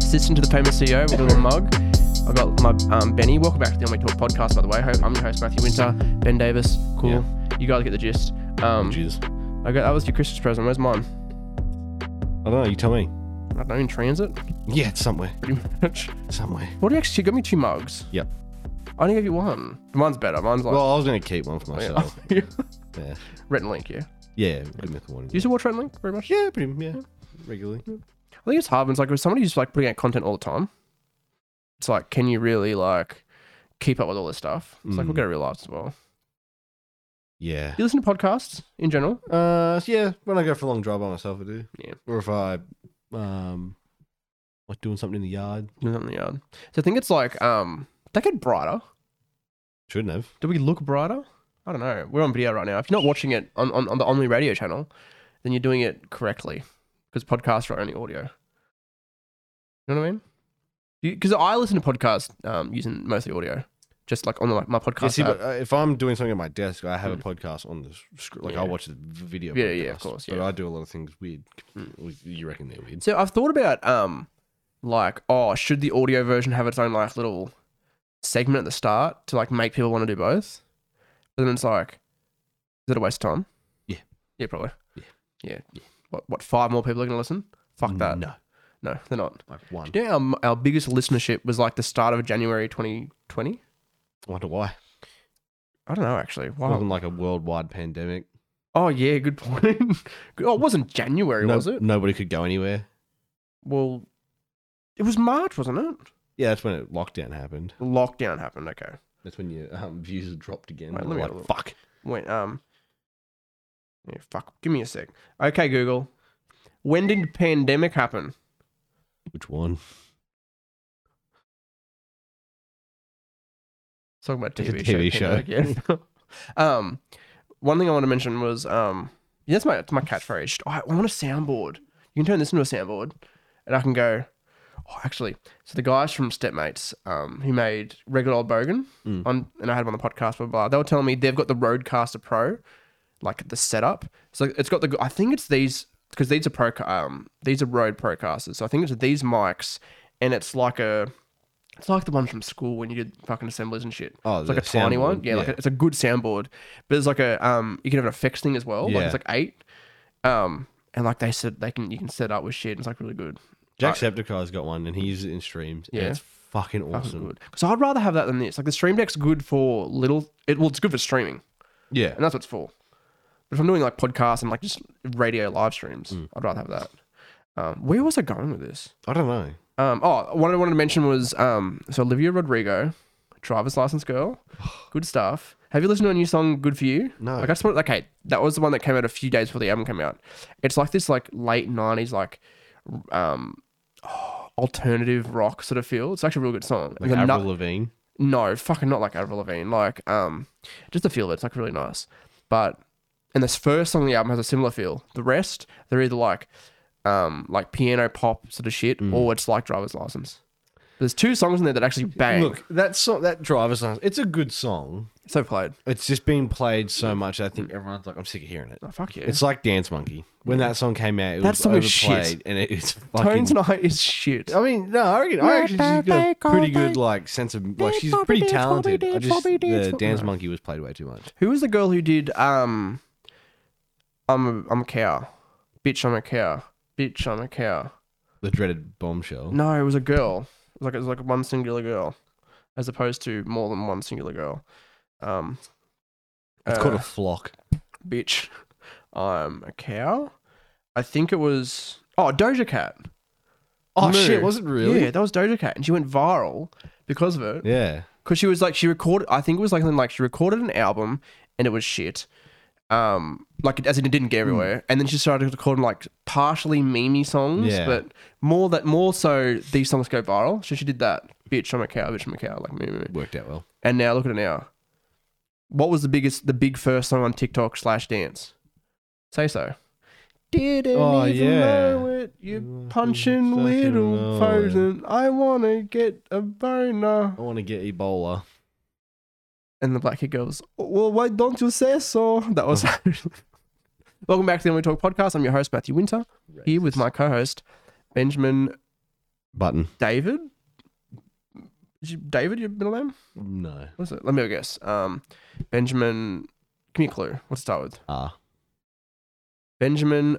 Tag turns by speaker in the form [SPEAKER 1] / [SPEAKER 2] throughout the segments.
[SPEAKER 1] assistant to the famous CEO with a little mug. I've got my um, Benny. Welcome back to the On We Talk podcast, by the way. Ho- I'm your host, Matthew Winter. Ben Davis. Cool. You guys get the gist. Um,
[SPEAKER 2] Jeez.
[SPEAKER 1] I got, that was your Christmas present. Where's mine?
[SPEAKER 2] I don't know. You tell me.
[SPEAKER 1] I don't know, in transit,
[SPEAKER 2] Yeah, it's somewhere.
[SPEAKER 1] pretty much.
[SPEAKER 2] Somewhere.
[SPEAKER 1] What do you actually you got me two mugs?
[SPEAKER 2] Yep.
[SPEAKER 1] I only gave you one. Mine's better. Mine's like
[SPEAKER 2] Well, I was going to keep one for
[SPEAKER 1] Oh,
[SPEAKER 2] myself. Yeah.
[SPEAKER 1] Rhett and Link, yeah.
[SPEAKER 2] Yeah. Good myth warning.
[SPEAKER 1] Do you still watch Rhett and Link very much?
[SPEAKER 2] yeah, pretty yeah. Regularly.
[SPEAKER 1] I think it's hard when it's like with somebody who's like putting out content all the time. It's like, can you really like keep up with all this stuff? It's like
[SPEAKER 2] Mm.
[SPEAKER 1] we've got to realize as well.
[SPEAKER 2] Yeah.
[SPEAKER 1] Do you listen to podcasts in general?
[SPEAKER 2] Uh, so yeah. When I go for a long drive by myself, I do.
[SPEAKER 1] Yeah.
[SPEAKER 2] Or if I, um, like doing something in the yard.
[SPEAKER 1] No, not in the yard. So I think it's like, um, they get brighter.
[SPEAKER 2] Shouldn't have.
[SPEAKER 1] Do we look brighter? I don't know. We're on video right now. If you're not watching it on, on, on the Omni radio channel, then you're doing it correctly because podcasts are only audio. You know what I mean? Because I listen to podcasts um, using mostly audio, just like on the, my podcast.
[SPEAKER 2] Yeah, see,
[SPEAKER 1] app.
[SPEAKER 2] but uh, if I'm doing something at my desk, I have a podcast on the screen. Like
[SPEAKER 1] Hmm. Yeah.
[SPEAKER 2] I watch the v- video.
[SPEAKER 1] Yeah, yeah, of
[SPEAKER 2] podcast,
[SPEAKER 1] course,
[SPEAKER 2] But
[SPEAKER 1] yeah. Hmm.
[SPEAKER 2] I do a lot of things weird. You reckon they're weird?
[SPEAKER 1] So I've thought about um like oh should the audio version have its own like little segment at the start to like make people want to do both? But then it's like is it a waste of time?
[SPEAKER 2] Yeah.
[SPEAKER 1] Yeah, probably.
[SPEAKER 2] Yeah.
[SPEAKER 1] Yeah. What what five more people are going to listen? Fuck that.
[SPEAKER 2] No,
[SPEAKER 1] No, they're not.
[SPEAKER 2] like one.
[SPEAKER 1] Do you know our, our biggest listenership was like the start of January 2020?
[SPEAKER 2] I wonder why.
[SPEAKER 1] I don't know actually. Wow.
[SPEAKER 2] Wasn't like a worldwide pandemic.
[SPEAKER 1] Oh yeah, good point. oh, it wasn't January,
[SPEAKER 2] No-
[SPEAKER 1] was it?
[SPEAKER 2] Nobody could go anywhere.
[SPEAKER 1] Well, it was March, wasn't it?
[SPEAKER 2] Yeah, that's when it, lockdown happened.
[SPEAKER 1] Lockdown happened. Okay.
[SPEAKER 2] That's when your um, views dropped again.
[SPEAKER 1] Right,
[SPEAKER 2] They
[SPEAKER 1] let
[SPEAKER 2] were
[SPEAKER 1] me have a
[SPEAKER 2] like,
[SPEAKER 1] look.
[SPEAKER 2] fuck.
[SPEAKER 1] Wait, um, yeah, fuck. Give me a sec. Okay, Google. When did pandemic happen?
[SPEAKER 2] Which one?
[SPEAKER 1] Let's talk about
[SPEAKER 2] It's a
[SPEAKER 1] TV,
[SPEAKER 2] TV show.
[SPEAKER 1] pandemic, yeah. um, one thing I want to mention was um, yeah, that's my that's my catchphrase. Shit, I, I want a soundboard. You can turn this into a soundboard, and I can go. Oh, actually, so the guys from Stepmates, um, who made regular old Bogan,
[SPEAKER 2] Mm.
[SPEAKER 1] on, and I had them on the podcast. Blah, blah blah. They were telling me they've got the Roadcaster Pro, like the setup. So it's got the. I think it's these because these are pro. Um, these are Rode Procasters. So I think it's these mics, and it's like a. It's like the one from school when you did fucking assemblies and shit.
[SPEAKER 2] Oh,
[SPEAKER 1] it's like a
[SPEAKER 2] the
[SPEAKER 1] tiny one.
[SPEAKER 2] soundboard,
[SPEAKER 1] Yeah, like
[SPEAKER 2] yeah.
[SPEAKER 1] a, it's a good soundboard. But it's like a um, you can have an effects thing as well. Like
[SPEAKER 2] Yeah.
[SPEAKER 1] it's like eight, um, and like they said they can you can set up with shit. And it's like really good.
[SPEAKER 2] Jacksepticeye's got one, and he uses it in streams. Yeah,
[SPEAKER 1] Yeah.
[SPEAKER 2] and it's fucking
[SPEAKER 1] Fucking
[SPEAKER 2] awesome.
[SPEAKER 1] good. Because I'd rather have that than this. Like the Stream Deck's good for little. It well, it's good for streaming.
[SPEAKER 2] Yeah,
[SPEAKER 1] and that's what it's for. But if I'm doing like podcasts and like just radio live streams,
[SPEAKER 2] Mm.
[SPEAKER 1] I'd rather have that. Um, where was I going with this?
[SPEAKER 2] I don't know.
[SPEAKER 1] Um, oh, one I wanted to mention was um, so Olivia Rodrigo, driver's license girl, good stuff. Have you listened to a new song, Good for You?
[SPEAKER 2] No.
[SPEAKER 1] Like I just want, okay, that was the one that came out a few days before the album came out. It's like this like late '90s like um, alternative rock sort of feel. It's actually a real good song.
[SPEAKER 2] Like
[SPEAKER 1] And the nu-
[SPEAKER 2] Avril Lavigne.
[SPEAKER 1] no, fucking not like Avril Lavigne. Like, um, just the feel of it. It's like really nice. But and this first song on the album has a similar feel. The rest, they're either like, um, like piano pop sort of shit,
[SPEAKER 2] Mm.
[SPEAKER 1] or it's like Driver's License. There's two songs in there that actually bang.
[SPEAKER 2] Look, that song, that driver's license. It's a good song.
[SPEAKER 1] so played.
[SPEAKER 2] It's just been played so much. I think everyone's like, I'm sick of hearing it.
[SPEAKER 1] Oh, fuck yeah.
[SPEAKER 2] It's like Dance Monkey. When that song came out, it
[SPEAKER 1] That
[SPEAKER 2] was
[SPEAKER 1] song
[SPEAKER 2] overplayed,
[SPEAKER 1] is shit.
[SPEAKER 2] and it, it's fucking.
[SPEAKER 1] Tones Night is shit.
[SPEAKER 2] I mean, no, I reckon I actually she's got a pretty good like sense of like she's pretty talented. I just the Dance Monkey was played way too much.
[SPEAKER 1] Who was the girl who did um I'm a I'm a cow. Bitch I'm a cow. Bitch I'm a cow.
[SPEAKER 2] The dreaded bombshell.
[SPEAKER 1] No, it was a girl. It was like it was like one singular girl, as opposed to more than one singular girl. Um,
[SPEAKER 2] It's
[SPEAKER 1] uh,
[SPEAKER 2] called a flock.
[SPEAKER 1] bitch. I'm a cow. I think it was oh Doja Cat.
[SPEAKER 2] Oh
[SPEAKER 1] Moo.
[SPEAKER 2] shit, was it really?
[SPEAKER 1] Yeah, that was Doja Cat, and she went viral because of it.
[SPEAKER 2] Yeah.
[SPEAKER 1] Because she was like she recorded. I think it was like something like she recorded an album, and it was shit. Um, like as in it didn't
[SPEAKER 2] Hmm.
[SPEAKER 1] get everywhere, and then she started recording like partially memey songs,
[SPEAKER 2] Yeah.
[SPEAKER 1] but more that more so these songs go viral. So she did that. Bitch, I'm a cow. Bitch, I'm a cow. Like meme, meme.
[SPEAKER 2] Worked out well.
[SPEAKER 1] And now look at it now. What was the biggest, the big first song on TikTok slash dance? Say so. Didn't
[SPEAKER 2] Oh,
[SPEAKER 1] even
[SPEAKER 2] yeah.
[SPEAKER 1] know it. You
[SPEAKER 2] Mm,
[SPEAKER 1] punching
[SPEAKER 2] fucking
[SPEAKER 1] little
[SPEAKER 2] know
[SPEAKER 1] frozen. I wanna get a boner.
[SPEAKER 2] I want to get Ebola.
[SPEAKER 1] And the black kid goes, "Well, why don't you say so?" That was. Welcome back to the Only Talk podcast. I'm your host Matthew Winter here with my co-host Benjamin
[SPEAKER 2] Button.
[SPEAKER 1] David. Is you- David, your middle name?
[SPEAKER 2] No.
[SPEAKER 1] What's it? Let me have a guess. Um, Benjamin. Give me a clue. Let's start with
[SPEAKER 2] Ah.
[SPEAKER 1] Benjamin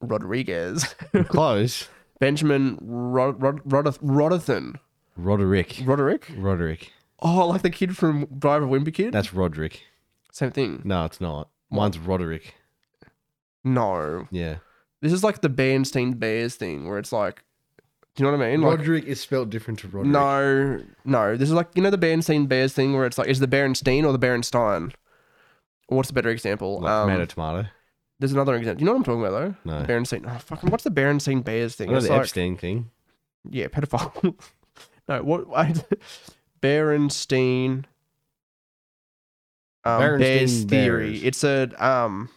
[SPEAKER 1] Rodriguez.
[SPEAKER 2] Close.
[SPEAKER 1] Benjamin Rod- Rod- Rodeth- Rodothan.
[SPEAKER 2] Roderick.
[SPEAKER 1] Roderick.
[SPEAKER 2] Roderick.
[SPEAKER 1] Oh, like the kid from Driver Wimpy Kid.
[SPEAKER 2] That's Roderick.
[SPEAKER 1] Same thing.
[SPEAKER 2] No, it's not. Mine's Roderick.
[SPEAKER 1] No,
[SPEAKER 2] Yeah.
[SPEAKER 1] this is like the Bernstein Bears thing, where it's like, do you know what I mean? Like,
[SPEAKER 2] Roderick is spelled different to Roderick.
[SPEAKER 1] no, no, this is like you know the Bernstein Bears thing, where it's like, is the Bernstein or the Berenstein? Or What's the better example?
[SPEAKER 2] Like
[SPEAKER 1] um,
[SPEAKER 2] tomato, tomato.
[SPEAKER 1] There's another example. You know what I'm talking about though?
[SPEAKER 2] No.
[SPEAKER 1] The Berenstain. Oh, fucking. What's the Berenstain Bears
[SPEAKER 2] I
[SPEAKER 1] thing?
[SPEAKER 2] know
[SPEAKER 1] It's
[SPEAKER 2] the
[SPEAKER 1] like-
[SPEAKER 2] Epstein thing.
[SPEAKER 1] yeah, pedophile. no, what? I, Berenstein. Um,
[SPEAKER 2] Berenstain
[SPEAKER 1] Bears theory.
[SPEAKER 2] Bears.
[SPEAKER 1] It's a um,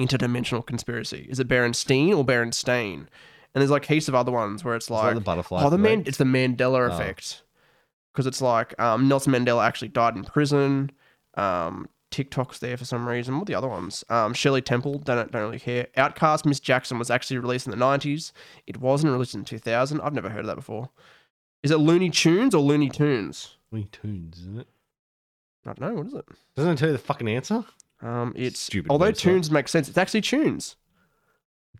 [SPEAKER 1] interdimensional conspiracy. Is it Berenstein or Berenstain? And there's like heaps of other ones where it's
[SPEAKER 2] It's like
[SPEAKER 1] like,
[SPEAKER 2] the butterfly.
[SPEAKER 1] oh, the
[SPEAKER 2] thing.
[SPEAKER 1] man. It's the Mandela
[SPEAKER 2] Oh.
[SPEAKER 1] effect. Because it's like um, Nelson Mandela actually died in prison. Um, TikTok's there for some reason. What are the other ones? Um, Shirley Temple, don't, don't really care. Outcast, Miss Jackson was actually released in the 90s. It wasn't released in 2000. I've never heard of that before. Is it Looney Tunes or Looney Tunes?
[SPEAKER 2] Looney Tunes, isn't it?
[SPEAKER 1] I don't know. What is it?
[SPEAKER 2] Doesn't it tell you the fucking answer?
[SPEAKER 1] Um, it's
[SPEAKER 2] Stupid
[SPEAKER 1] although
[SPEAKER 2] website.
[SPEAKER 1] Tunes makes sense, it's actually Tunes.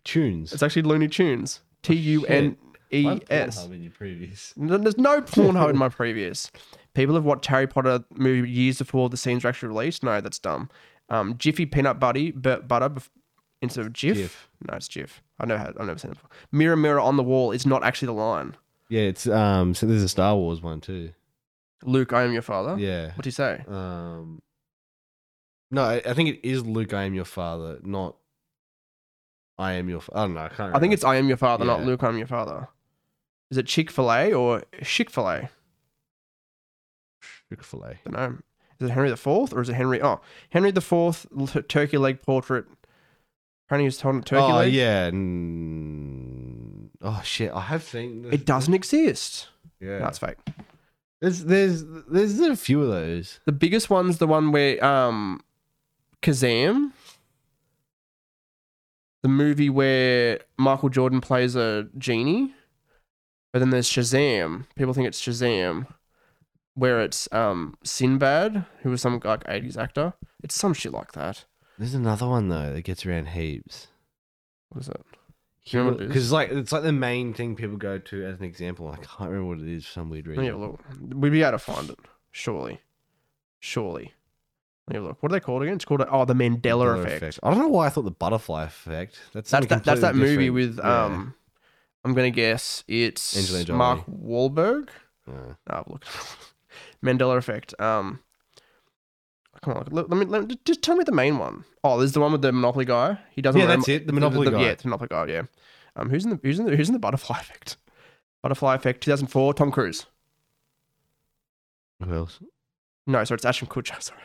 [SPEAKER 2] Tunes.
[SPEAKER 1] It's actually Looney Tunes.
[SPEAKER 2] Oh,
[SPEAKER 1] T U N E S.
[SPEAKER 2] in your previous.
[SPEAKER 1] No- There's no Pornhub in my previous. People have watched Harry Potter movie years before the scenes were actually released. No, that's dumb. Um, Jiffy peanut buddy, but butter bef- instead of Jif.
[SPEAKER 2] Jif.
[SPEAKER 1] No, it's Jif. I know. I've never seen it before. Mirror, mirror on the wall is not actually the line.
[SPEAKER 2] Yeah, it's um. So there's a Star Wars one too.
[SPEAKER 1] Luke, I am your father.
[SPEAKER 2] Yeah.
[SPEAKER 1] What do you say?
[SPEAKER 2] Um. No, I, I think it is Luke. I am your father, not. I am your. Fa- I don't know. I can't.
[SPEAKER 1] I think
[SPEAKER 2] remember.
[SPEAKER 1] it's I am your father, not
[SPEAKER 2] Yeah.
[SPEAKER 1] Luke, I am your father. Is it Chick Fil A or Chick Fil A?
[SPEAKER 2] Chick Fil A.
[SPEAKER 1] I don't know. Is it Henry the Fourth or is it Henry? Oh, Henry the Fourth turkey leg portrait. Apparently, he was holding a turkey
[SPEAKER 2] Oh
[SPEAKER 1] leg.
[SPEAKER 2] yeah. mm, oh shit! I have seen. This.
[SPEAKER 1] It doesn't exist.
[SPEAKER 2] Yeah.
[SPEAKER 1] No, it's fake.
[SPEAKER 2] There's there's there's a few of those.
[SPEAKER 1] The biggest one's the one where um Kazam the movie where Michael Jordan plays a genie. But then there's Shazam. People think it's Shazam. Where it's um Sinbad, who was some like eighties actor. It's some shit like that.
[SPEAKER 2] There's another one though that gets around heaps.
[SPEAKER 1] What is it? Do you know what it is?
[SPEAKER 2] Because like it's like the main thing people go to as an example. I can't remember what it is for some weird
[SPEAKER 1] Let
[SPEAKER 2] reason.
[SPEAKER 1] me have a look. We'd be able to find it. Surely. Surely. Let me have a look. What are they called again? It's called oh the Mandela,
[SPEAKER 2] Butterfly
[SPEAKER 1] effect.
[SPEAKER 2] I don't know why I thought the butterfly effect.
[SPEAKER 1] That's
[SPEAKER 2] That's something
[SPEAKER 1] that. That's that
[SPEAKER 2] completely
[SPEAKER 1] movie
[SPEAKER 2] different.
[SPEAKER 1] with
[SPEAKER 2] Yeah.
[SPEAKER 1] um. I'm gonna guess it's
[SPEAKER 2] Angelina Jolie.
[SPEAKER 1] Mark Wahlberg.
[SPEAKER 2] Yeah.
[SPEAKER 1] Oh, look, Mandela Effect. Um, come on, look, let me, let me just tell me the main one. Oh, there's the one with the Monopoly guy. He doesn't.
[SPEAKER 2] Yeah,
[SPEAKER 1] remember-
[SPEAKER 2] that's it, the Monopoly guy.
[SPEAKER 1] Yeah, it's the Monopoly guy. Yeah. Um, who's in the who's in the who's in the Butterfly Effect? Butterfly Effect, 2004. Tom Cruise.
[SPEAKER 2] Who else?
[SPEAKER 1] No, sorry, it's Ashton Kutcher. Sorry,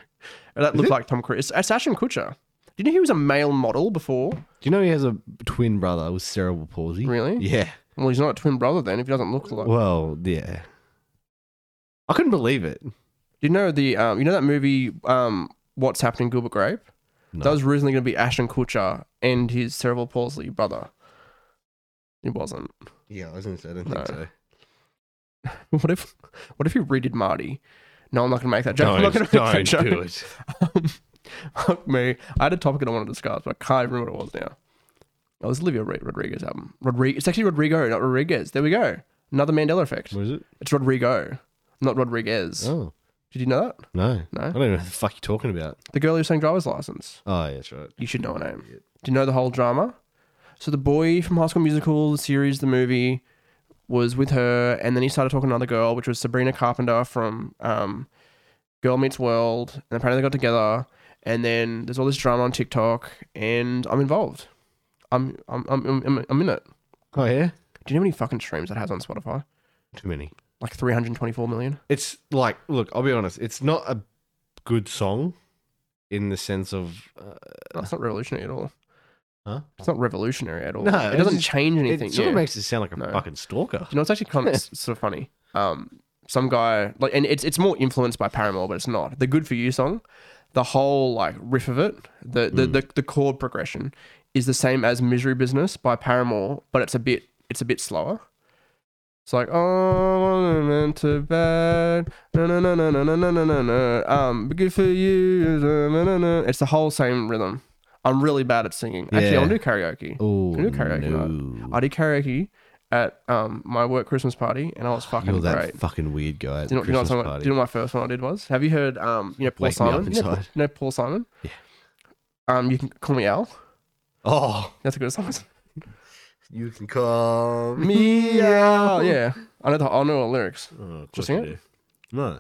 [SPEAKER 1] that
[SPEAKER 2] Is
[SPEAKER 1] looked
[SPEAKER 2] it?
[SPEAKER 1] like Tom Cruise. It's, it's Ashton Kutcher. Did you know he was a male model before?
[SPEAKER 2] Do you know he has a twin brother with cerebral palsy?
[SPEAKER 1] Really?
[SPEAKER 2] Yeah.
[SPEAKER 1] Well, he's not a twin brother then. If he doesn't look like.
[SPEAKER 2] Well, yeah. I couldn't believe it.
[SPEAKER 1] Do you know the um, you know that movie um, What's Happening Gilbert Grape?
[SPEAKER 2] No.
[SPEAKER 1] That was originally going to be Ashton Kutcher and his cerebral palsy brother. It wasn't.
[SPEAKER 2] Yeah, I was gonna say I don't
[SPEAKER 1] think so. What if what if he redid Marty? No, I'm not going to make that joke. I'm not going
[SPEAKER 2] Don't,
[SPEAKER 1] to make that
[SPEAKER 2] don't
[SPEAKER 1] joke.
[SPEAKER 2] do it.
[SPEAKER 1] Fuck me. I had a topic I wanted to discuss, but I can't remember what it was now. Oh, it was Olivia Rod- Rodriguez album. Rodriguez. It's actually Rodrigo, not Rodriguez. There we go. Another Mandela effect.
[SPEAKER 2] What is it?
[SPEAKER 1] It's Rodrigo, not Rodriguez.
[SPEAKER 2] Oh
[SPEAKER 1] Did you know that?
[SPEAKER 2] no,
[SPEAKER 1] No.
[SPEAKER 2] I don't know what the fuck you're talking about.
[SPEAKER 1] The girl who sang Driver's License.
[SPEAKER 2] Oh yeah, that's right.
[SPEAKER 1] You should know her name. Do you know the whole drama? So the boy from High School Musical, the series, the movie, was with her, and then he started talking to another girl, which was Sabrina Carpenter from um, Girl Meets World, and apparently they got together. And then there's all this drama on TikTok, and I'm involved. I'm I'm I'm I'm, I'm in it.
[SPEAKER 2] Oh yeah,
[SPEAKER 1] Do you know how many fucking streams that has on Spotify?
[SPEAKER 2] too many.
[SPEAKER 1] Like 324 million.
[SPEAKER 2] it's like look i'll be honest it's not a good song in the sense of uh,
[SPEAKER 1] That's not revolutionary at all.
[SPEAKER 2] Huh?
[SPEAKER 1] It's not revolutionary at all.
[SPEAKER 2] No,
[SPEAKER 1] it
[SPEAKER 2] it's
[SPEAKER 1] doesn't
[SPEAKER 2] just-
[SPEAKER 1] change
[SPEAKER 2] it
[SPEAKER 1] anything.
[SPEAKER 2] sort
[SPEAKER 1] yeah.
[SPEAKER 2] of makes it sound like a
[SPEAKER 1] No.
[SPEAKER 2] fucking stalker
[SPEAKER 1] You know, it's actually kind of s- sort of funny. Um, some guy like, and it's it's more influenced by Paramore, but it's not the "Good for You" song. The whole like riff of it, the the the, the chord progression is the same as "Misery Business" by Paramore, but it's a bit it's a bit slower. It's like oh, meant to bad, no no no no no no no no no no. Um, but good for you. uh, No, no, no, no. It's the whole same rhythm. I'm really bad at singing. Actually,
[SPEAKER 2] Yeah.
[SPEAKER 1] I'll do karaoke.
[SPEAKER 2] Oh,
[SPEAKER 1] I do karaoke
[SPEAKER 2] no.
[SPEAKER 1] night. I did karaoke at um my work Christmas party, and I was fucking
[SPEAKER 2] You're that
[SPEAKER 1] great.
[SPEAKER 2] fucking weird guy at
[SPEAKER 1] Do you know, do you know
[SPEAKER 2] Christmas
[SPEAKER 1] what someone-
[SPEAKER 2] party.
[SPEAKER 1] do you know what my first one I did was? Have you heard um you know Paul
[SPEAKER 2] Wake me
[SPEAKER 1] Simon?
[SPEAKER 2] up
[SPEAKER 1] You know, Paul-
[SPEAKER 2] inside.
[SPEAKER 1] you know Paul Simon?
[SPEAKER 2] Yeah.
[SPEAKER 1] Um, you can call me Al.
[SPEAKER 2] oh,
[SPEAKER 1] That's a good song.
[SPEAKER 2] you can call
[SPEAKER 1] me Al. Yeah, I know the I know all the lyrics.
[SPEAKER 2] Oh, of
[SPEAKER 1] Just
[SPEAKER 2] course
[SPEAKER 1] sing
[SPEAKER 2] you do. No.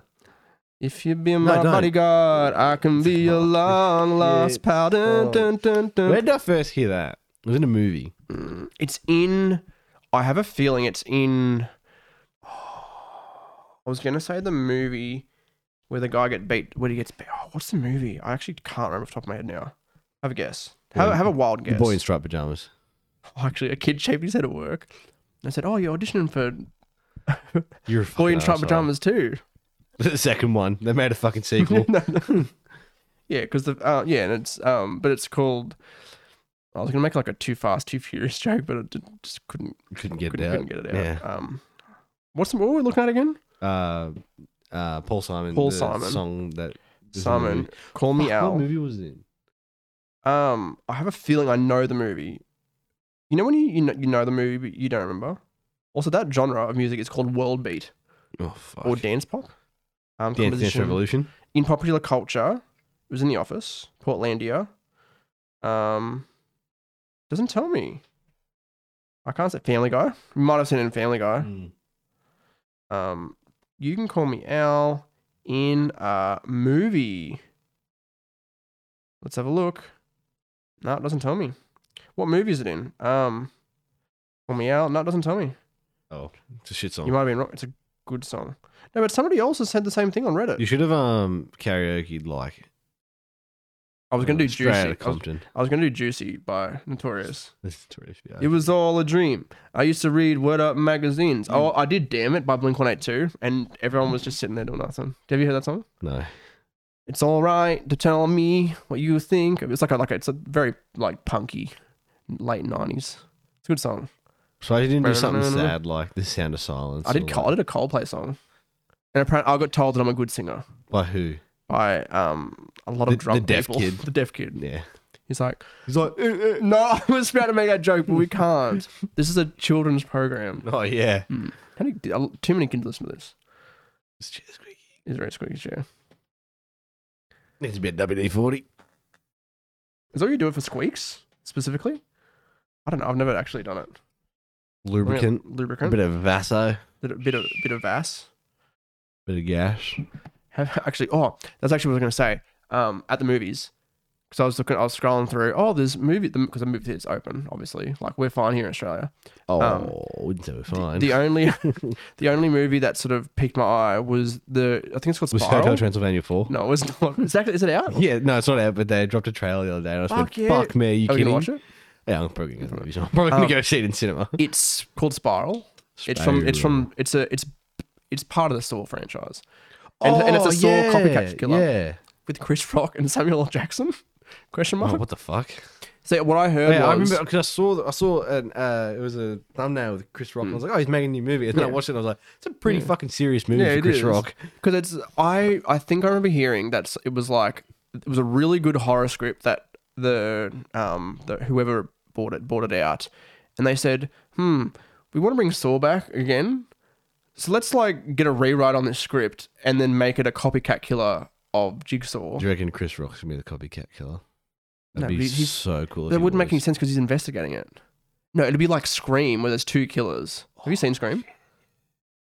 [SPEAKER 1] If you be my
[SPEAKER 2] don't.
[SPEAKER 1] bodyguard, I can be your long lost pal. Dun,
[SPEAKER 2] Oh.
[SPEAKER 1] dun, dun, dun.
[SPEAKER 2] Where did I first hear that? It was in a movie.
[SPEAKER 1] It's in. I have a feeling it's in. I was gonna say the movie where the guy get beat. Where he gets beat. Oh, what's the movie? I actually can't remember off the top of my head now. Have a guess. Have,
[SPEAKER 2] Yeah.
[SPEAKER 1] have a wild
[SPEAKER 2] The
[SPEAKER 1] guess. Oh,
[SPEAKER 2] boy in striped pajamas.
[SPEAKER 1] Actually, a kid shaved his head at work. I said, "Oh, you're auditioning for
[SPEAKER 2] You're a
[SPEAKER 1] Boy in
[SPEAKER 2] fucking
[SPEAKER 1] Striped
[SPEAKER 2] arsehole.
[SPEAKER 1] Pajamas too."
[SPEAKER 2] The second one. They made a fucking sequel.
[SPEAKER 1] No, no. yeah, because the uh, yeah, and it's um, but it's called. I was gonna make like a too fast, too furious joke, but I did, just couldn't
[SPEAKER 2] Couldn't get it
[SPEAKER 1] couldn't,
[SPEAKER 2] out.
[SPEAKER 1] couldn't get it out. Um, what's the, what were we looking at again?
[SPEAKER 2] Yeah. Uh, uh, Paul Simon.
[SPEAKER 1] Paul
[SPEAKER 2] the
[SPEAKER 1] Simon.
[SPEAKER 2] Song that. was in the
[SPEAKER 1] Simon,
[SPEAKER 2] movie.
[SPEAKER 1] call me
[SPEAKER 2] Fuck, What
[SPEAKER 1] Al.
[SPEAKER 2] movie was it? in?
[SPEAKER 1] Um, I have a feeling I know the movie. You know when you you know, you know the movie but you don't remember. Also, that genre of music is called world beat
[SPEAKER 2] Oh fuck.
[SPEAKER 1] or dance pop. Um,
[SPEAKER 2] Dance Dance
[SPEAKER 1] composition-
[SPEAKER 2] Revolution.
[SPEAKER 1] in popular culture. It was in the office, Portlandia. Um, doesn't tell me. I can't say Family Guy. You might have seen it in Family Guy.
[SPEAKER 2] Mm.
[SPEAKER 1] Um, you can call me Al in a movie. Let's have a look. No, it doesn't tell me. What movie is it in? Um, call me Al. No, it doesn't tell me.
[SPEAKER 2] Oh, it's a shit song.
[SPEAKER 1] You
[SPEAKER 2] You,
[SPEAKER 1] might have been wrong. It's a good song. No, but somebody else has said the same thing on Reddit.
[SPEAKER 2] should have um karaoke like.
[SPEAKER 1] I was gonna do
[SPEAKER 2] straight out
[SPEAKER 1] Juicy.
[SPEAKER 2] of
[SPEAKER 1] I was,
[SPEAKER 2] Compton.
[SPEAKER 1] I was gonna do Juicy by Notorious.
[SPEAKER 2] This is terrific.
[SPEAKER 1] It was all a dream. I used to read Word Up magazines. Oh, I did Damn It by Blink 182, and everyone was just sitting there doing nothing. Have you heard that song?
[SPEAKER 2] no.
[SPEAKER 1] It's all right to tell me what you think. It's like a, like a, it's a very like punky late 90s. It's a good song.
[SPEAKER 2] So I didn't do something
[SPEAKER 1] Ba-na-na-na-na.
[SPEAKER 2] sad like the sound of silence.
[SPEAKER 1] I did
[SPEAKER 2] or,
[SPEAKER 1] Col- I
[SPEAKER 2] like,
[SPEAKER 1] did a Coldplay song, and apparently I got told that I'm a good singer
[SPEAKER 2] By who?
[SPEAKER 1] by um a lot
[SPEAKER 2] The-
[SPEAKER 1] of
[SPEAKER 2] the
[SPEAKER 1] drunk
[SPEAKER 2] deaf
[SPEAKER 1] people.
[SPEAKER 2] kid.
[SPEAKER 1] The deaf kid.
[SPEAKER 2] Yeah.
[SPEAKER 1] He's like, "Uh,
[SPEAKER 2] He's like, "Uh,
[SPEAKER 1] no, I was about to make that joke, but we can't. This is a children's program.
[SPEAKER 2] oh yeah.
[SPEAKER 1] How do you, too many kids listen to this.
[SPEAKER 2] It's just squeaky.
[SPEAKER 1] Is very squeaky chair.
[SPEAKER 2] Needs to be a WD forty.
[SPEAKER 1] Is that what you do it for squeaks specifically? I don't know. I've never actually done it.
[SPEAKER 2] Lubricant. A
[SPEAKER 1] lubricant,
[SPEAKER 2] bit of Vaso.
[SPEAKER 1] bit of bit of, bit of Vass.
[SPEAKER 2] Bit of gas.
[SPEAKER 1] Have actually. Oh, that's actually what I was gonna say. Um, at the movies, because I was looking, I was scrolling through. Oh, there's movie because the movie theater's open. Obviously, like we're fine here in Australia.
[SPEAKER 2] Oh,
[SPEAKER 1] Um,
[SPEAKER 2] wouldn't say we're fine.
[SPEAKER 1] The only, the only movie that sort of piqued my eye was the. I think it's called
[SPEAKER 2] was
[SPEAKER 1] Spiral.
[SPEAKER 2] Hotel Transylvania four?
[SPEAKER 1] no, it was not. Is that, is it out? Oh,
[SPEAKER 2] Yeah, no, it's not out. But they dropped a trailer the other day, and I was
[SPEAKER 1] Fuck
[SPEAKER 2] like,
[SPEAKER 1] yeah.
[SPEAKER 2] "Fuck me, are you
[SPEAKER 1] Are we
[SPEAKER 2] kidding?"
[SPEAKER 1] gonna watch it?
[SPEAKER 2] Yeah, I'm probably gonna go to the movies. I'm probably
[SPEAKER 1] Um,
[SPEAKER 2] gonna go see it in cinema.
[SPEAKER 1] It's called Spiral. It's from. It's from. It's a. It's. It's part of the Saw franchise. And, and it's a Saw copycat killer.
[SPEAKER 2] Oh, Yeah.
[SPEAKER 1] with Chris Rock and Samuel L. Jackson? Question mark.
[SPEAKER 2] Oh, what the fuck?
[SPEAKER 1] So what I heard
[SPEAKER 2] Yeah, I
[SPEAKER 1] was
[SPEAKER 2] remember because I saw the- I saw an uh, it was a thumbnail with Chris Rock. and I was like, oh, he's making a new movie. And then I
[SPEAKER 1] Yeah.
[SPEAKER 2] watched it. and I was like, it's a pretty fucking serious movie
[SPEAKER 1] Yeah,
[SPEAKER 2] for
[SPEAKER 1] it
[SPEAKER 2] Chris
[SPEAKER 1] is.
[SPEAKER 2] Rock.
[SPEAKER 1] because it's I I think I remember hearing that s- it was like it was a really good horror script that the um the whoever bought it bought it out, and they said, hmm, we want to bring Saw back again, so let's like get a rewrite on this script and then make it a copycat killer of Jigsaw.
[SPEAKER 2] Do you reckon Chris Rock's gonna be the copycat killer?
[SPEAKER 1] No,
[SPEAKER 2] That'd
[SPEAKER 1] but
[SPEAKER 2] be
[SPEAKER 1] he- he's-
[SPEAKER 2] so cool. if
[SPEAKER 1] That
[SPEAKER 2] he
[SPEAKER 1] wouldn't make any
[SPEAKER 2] was.
[SPEAKER 1] sense because he's investigating it. No, it'd be like Scream where there's two killers. Have you seen Scream?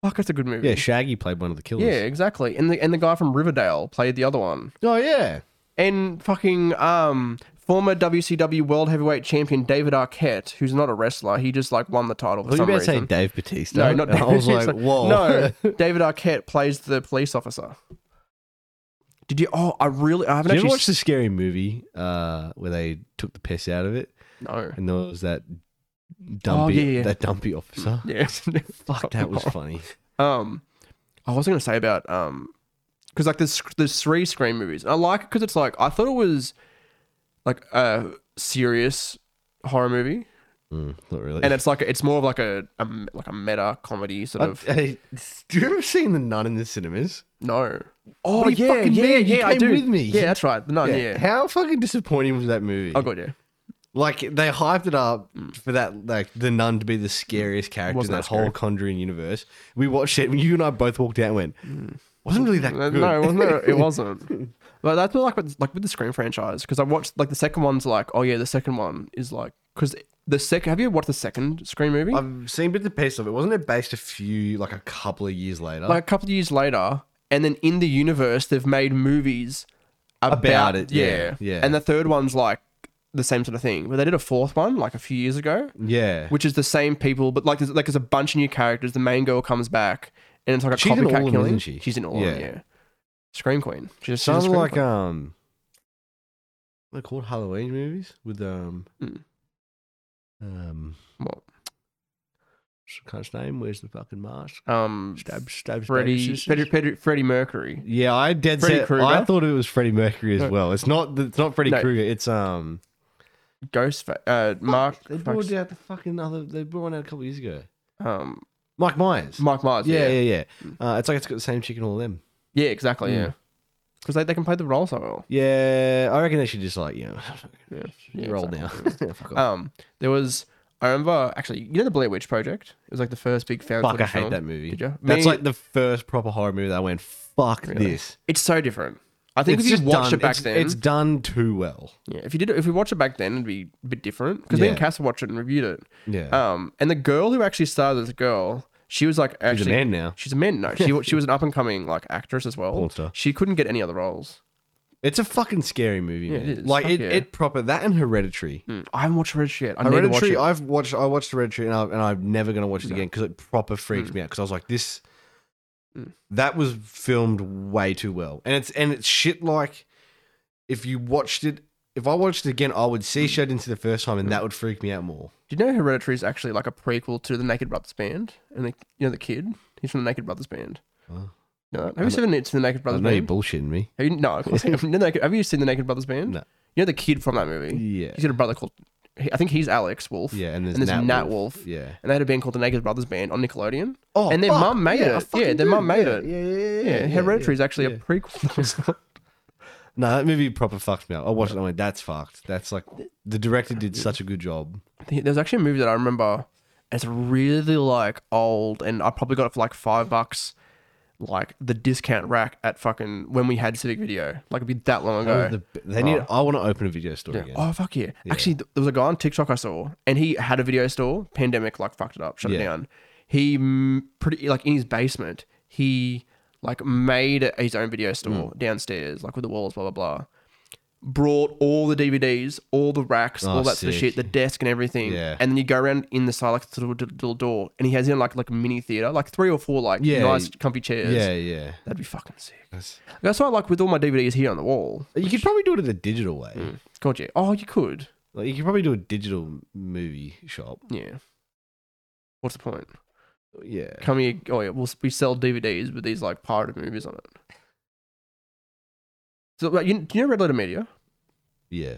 [SPEAKER 1] Fuck, that's a good movie.
[SPEAKER 2] Oh, Yeah, Shaggy played one of the killers.
[SPEAKER 1] Yeah, exactly. And the and the guy from Riverdale played the other one.
[SPEAKER 2] Oh yeah.
[SPEAKER 1] And fucking um former WCW World Heavyweight Champion David Arquette, who's not a wrestler, he just like won the title
[SPEAKER 2] I
[SPEAKER 1] for
[SPEAKER 2] thought you
[SPEAKER 1] some
[SPEAKER 2] were about to
[SPEAKER 1] reason.
[SPEAKER 2] say Dave Batista.
[SPEAKER 1] no, not
[SPEAKER 2] And
[SPEAKER 1] David.
[SPEAKER 2] I was like,
[SPEAKER 1] It's
[SPEAKER 2] whoa.
[SPEAKER 1] No, David Arquette plays the police officer. Did you? Oh, I really. I haven't
[SPEAKER 2] Did you ever
[SPEAKER 1] actually.
[SPEAKER 2] watch the scary movie uh, where they took the piss out of it?
[SPEAKER 1] no.
[SPEAKER 2] And there was that dumpy,
[SPEAKER 1] Oh, yeah, yeah.
[SPEAKER 2] that dumpy officer.
[SPEAKER 1] Yeah.
[SPEAKER 2] Fuck, that was funny.
[SPEAKER 1] Um, I was going to say about um, because like there's there's three Scream movies. And I like it because it's like I thought it was like a serious horror movie,
[SPEAKER 2] Mm, not really.
[SPEAKER 1] and it's like it's more of like a, a m- like a meta comedy sort of.
[SPEAKER 2] I- I- do you ever seen the nun in the cinemas?
[SPEAKER 1] no. Oh
[SPEAKER 2] do you
[SPEAKER 1] yeah,
[SPEAKER 2] fucking
[SPEAKER 1] yeah,
[SPEAKER 2] mean? You
[SPEAKER 1] yeah. I
[SPEAKER 2] came
[SPEAKER 1] do.
[SPEAKER 2] with me.
[SPEAKER 1] Yeah, that's right. No, yeah.
[SPEAKER 2] How fucking disappointing was that movie?
[SPEAKER 1] Oh god, yeah.
[SPEAKER 2] Like they hyped it up for that, like the nun to be the scariest character in
[SPEAKER 1] Mm. Wasn't
[SPEAKER 2] that,
[SPEAKER 1] that
[SPEAKER 2] whole
[SPEAKER 1] scary.
[SPEAKER 2] Conjuring universe. We watched it. and You and I both walked out and went, wasn't really that
[SPEAKER 1] Mm. No,
[SPEAKER 2] good.
[SPEAKER 1] no, it wasn't- no, it wasn't. But that's like with, like with the Scream franchise because I watched like the second one's like oh yeah the second one is like because the second have you watched the second Scream movie?
[SPEAKER 2] I've seen bits and pieces of it. Wasn't it based a few, like a couple of years later?
[SPEAKER 1] like a couple of years later, and then in the universe they've made movies about,
[SPEAKER 2] About it, yeah, yeah.
[SPEAKER 1] And the third one's like the same sort of thing, but they did a fourth one like a few years ago,
[SPEAKER 2] yeah.
[SPEAKER 1] which is the same people, but like there's like there's a bunch of new characters. The main girl comes back, and it's like a
[SPEAKER 2] She's in
[SPEAKER 1] copycat
[SPEAKER 2] all of them,
[SPEAKER 1] killing.
[SPEAKER 2] isn't she?
[SPEAKER 1] She's in all of them,
[SPEAKER 2] Yeah.
[SPEAKER 1] yeah. Scream Queen. She's, she's a
[SPEAKER 2] Sounds
[SPEAKER 1] Scream
[SPEAKER 2] like
[SPEAKER 1] Queen.
[SPEAKER 2] um, they're called Halloween movies with um,
[SPEAKER 1] Mm.
[SPEAKER 2] um,
[SPEAKER 1] What?
[SPEAKER 2] can't name. Where's the fucking mask?
[SPEAKER 1] um
[SPEAKER 2] Stab, stab,
[SPEAKER 1] Freddie, Freddie, Freddie, Freddie Mercury.
[SPEAKER 2] Yeah, I dead
[SPEAKER 1] Freddy
[SPEAKER 2] set.
[SPEAKER 1] Krueger?
[SPEAKER 2] I thought it was Freddie Mercury as
[SPEAKER 1] No.
[SPEAKER 2] well. It's not. It's not Freddie
[SPEAKER 1] No.
[SPEAKER 2] Krueger. It's um.
[SPEAKER 1] Ghost, uh, Mark,
[SPEAKER 2] They brought
[SPEAKER 1] fucks-
[SPEAKER 2] out the fucking other. They brought one out a couple years ago.
[SPEAKER 1] um,
[SPEAKER 2] Mike Myers.
[SPEAKER 1] Mike Myers.
[SPEAKER 2] yeah,
[SPEAKER 1] Yeah,
[SPEAKER 2] yeah, Hmm. yeah. Uh, it's like it's got the same chick in all of them.
[SPEAKER 1] Yeah, exactly. Yeah, because they, they can play the role so well.
[SPEAKER 2] Yeah, I reckon they should just like you know,
[SPEAKER 1] Yeah, yeah,
[SPEAKER 2] you're old
[SPEAKER 1] exactly.
[SPEAKER 2] now. Fuck off.
[SPEAKER 1] Um, there was I remember actually, you know, the Blair Witch Project. It was like the first big fan.
[SPEAKER 2] Fuck,
[SPEAKER 1] footage
[SPEAKER 2] I hate
[SPEAKER 1] film.
[SPEAKER 2] that movie.
[SPEAKER 1] Did you?
[SPEAKER 2] That's
[SPEAKER 1] Me-
[SPEAKER 2] like the first proper horror movie that I went. Fuck this.
[SPEAKER 1] It's so different. I think
[SPEAKER 2] it's
[SPEAKER 1] if
[SPEAKER 2] just
[SPEAKER 1] you watched
[SPEAKER 2] done.
[SPEAKER 1] it back
[SPEAKER 2] it's,
[SPEAKER 1] then,
[SPEAKER 2] it's done too well.
[SPEAKER 1] yeah, if you did, it- if we watched it back then, it'd be a bit different. Because me
[SPEAKER 2] Yeah.
[SPEAKER 1] and Cass watched it and reviewed it.
[SPEAKER 2] Yeah,
[SPEAKER 1] Um, and the girl who actually started as a girl, she was like actually
[SPEAKER 2] she's a man now.
[SPEAKER 1] She's a man. No, she she was an up and coming like actress as well.
[SPEAKER 2] Porn star.
[SPEAKER 1] She couldn't get any other roles.
[SPEAKER 2] It's a fucking scary movie, man.
[SPEAKER 1] it is.
[SPEAKER 2] Like
[SPEAKER 1] Fuck
[SPEAKER 2] it,
[SPEAKER 1] yeah.
[SPEAKER 2] it proper that and Hereditary.
[SPEAKER 1] Mm, I haven't watched Hereditary yet. I need to watch
[SPEAKER 2] Hmm. Hereditary,
[SPEAKER 1] it.
[SPEAKER 2] I've watched. I watched Hereditary, and, I, and I'm never gonna watch it again because it proper freaked
[SPEAKER 1] Mm.
[SPEAKER 2] me out. Because I was like, this, that was filmed way too well, and it's and it's shit. Like, if you watched it, if I watched it again, I would see shit into the first
[SPEAKER 1] Mm.
[SPEAKER 2] time, and that would freak me out more.
[SPEAKER 1] Do you know Hereditary is actually like a prequel to the Naked Brothers band? And the, you know the kid, he's from the Naked Brothers band.
[SPEAKER 2] Oh.
[SPEAKER 1] No, have you seen it to the Naked
[SPEAKER 2] I
[SPEAKER 1] Brothers
[SPEAKER 2] know you're
[SPEAKER 1] band?
[SPEAKER 2] bullshitting me.
[SPEAKER 1] Have you, no, of course. have, you know the Naked- have you seen the Naked Brothers band?
[SPEAKER 2] No.
[SPEAKER 1] You know the kid from that movie.
[SPEAKER 2] Yeah.
[SPEAKER 1] He's got a brother called. he- I think he's Alex Wolf.
[SPEAKER 2] Yeah, and there's,
[SPEAKER 1] And there's
[SPEAKER 2] Nat,
[SPEAKER 1] Nat
[SPEAKER 2] Wolf.
[SPEAKER 1] Wolf.
[SPEAKER 2] Yeah.
[SPEAKER 1] And they had a band called the Naked Brothers Band on Nickelodeon.
[SPEAKER 2] Oh,
[SPEAKER 1] and their
[SPEAKER 2] fuck,
[SPEAKER 1] mum made
[SPEAKER 2] yeah, I
[SPEAKER 1] it. Yeah,
[SPEAKER 2] fucking
[SPEAKER 1] their mum
[SPEAKER 2] did,
[SPEAKER 1] made
[SPEAKER 2] yeah,
[SPEAKER 1] it.
[SPEAKER 2] Yeah,
[SPEAKER 1] Yeah,
[SPEAKER 2] yeah, yeah.
[SPEAKER 1] Hereditary is actually
[SPEAKER 2] yeah.
[SPEAKER 1] a prequel.
[SPEAKER 2] No, that movie proper fucked me up. I watched it and I went, that's fucked. That's like, the director did such a good job.
[SPEAKER 1] There's actually a movie that I remember. It's really like old, and I probably got it for like five bucks, like the discount rack at fucking when we had Civic Video. Like it'd be that long ago.
[SPEAKER 2] That was the- they need, I want to open a video store again.
[SPEAKER 1] Oh fuck Oh. yeah! Actually, th- there was a guy on TikTok I saw, and he had a video store. Pandemic like fucked it up, shut
[SPEAKER 2] Yeah.
[SPEAKER 1] it down. He mm, pretty like in his basement, he like made his own video store
[SPEAKER 2] Hmm.
[SPEAKER 1] downstairs, like with the walls, blah blah blah. Brought all the DVDs, all the racks,
[SPEAKER 2] Oh,
[SPEAKER 1] all that sort of
[SPEAKER 2] sick.
[SPEAKER 1] shit, the desk and everything.
[SPEAKER 2] Yeah.
[SPEAKER 1] And then you go around in the side, like the little, little door, and he has in like like a mini theater, like three or four like
[SPEAKER 2] Yeah.
[SPEAKER 1] nice comfy chairs.
[SPEAKER 2] yeah, yeah.
[SPEAKER 1] That'd be fucking sick.
[SPEAKER 2] That's-
[SPEAKER 1] That's why, like, with all my DVDs here on the wall,
[SPEAKER 2] you could probably do it in a digital way.
[SPEAKER 1] God, yeah. Oh, you could.
[SPEAKER 2] Like, you could probably do a digital movie shop.
[SPEAKER 1] Yeah. What's the point?
[SPEAKER 2] Yeah.
[SPEAKER 1] Come here. Oh, yeah. We'll, we sell DVDs with these like pirated movies on it. So, like, you, do you know Red Letter Media?
[SPEAKER 2] Yeah.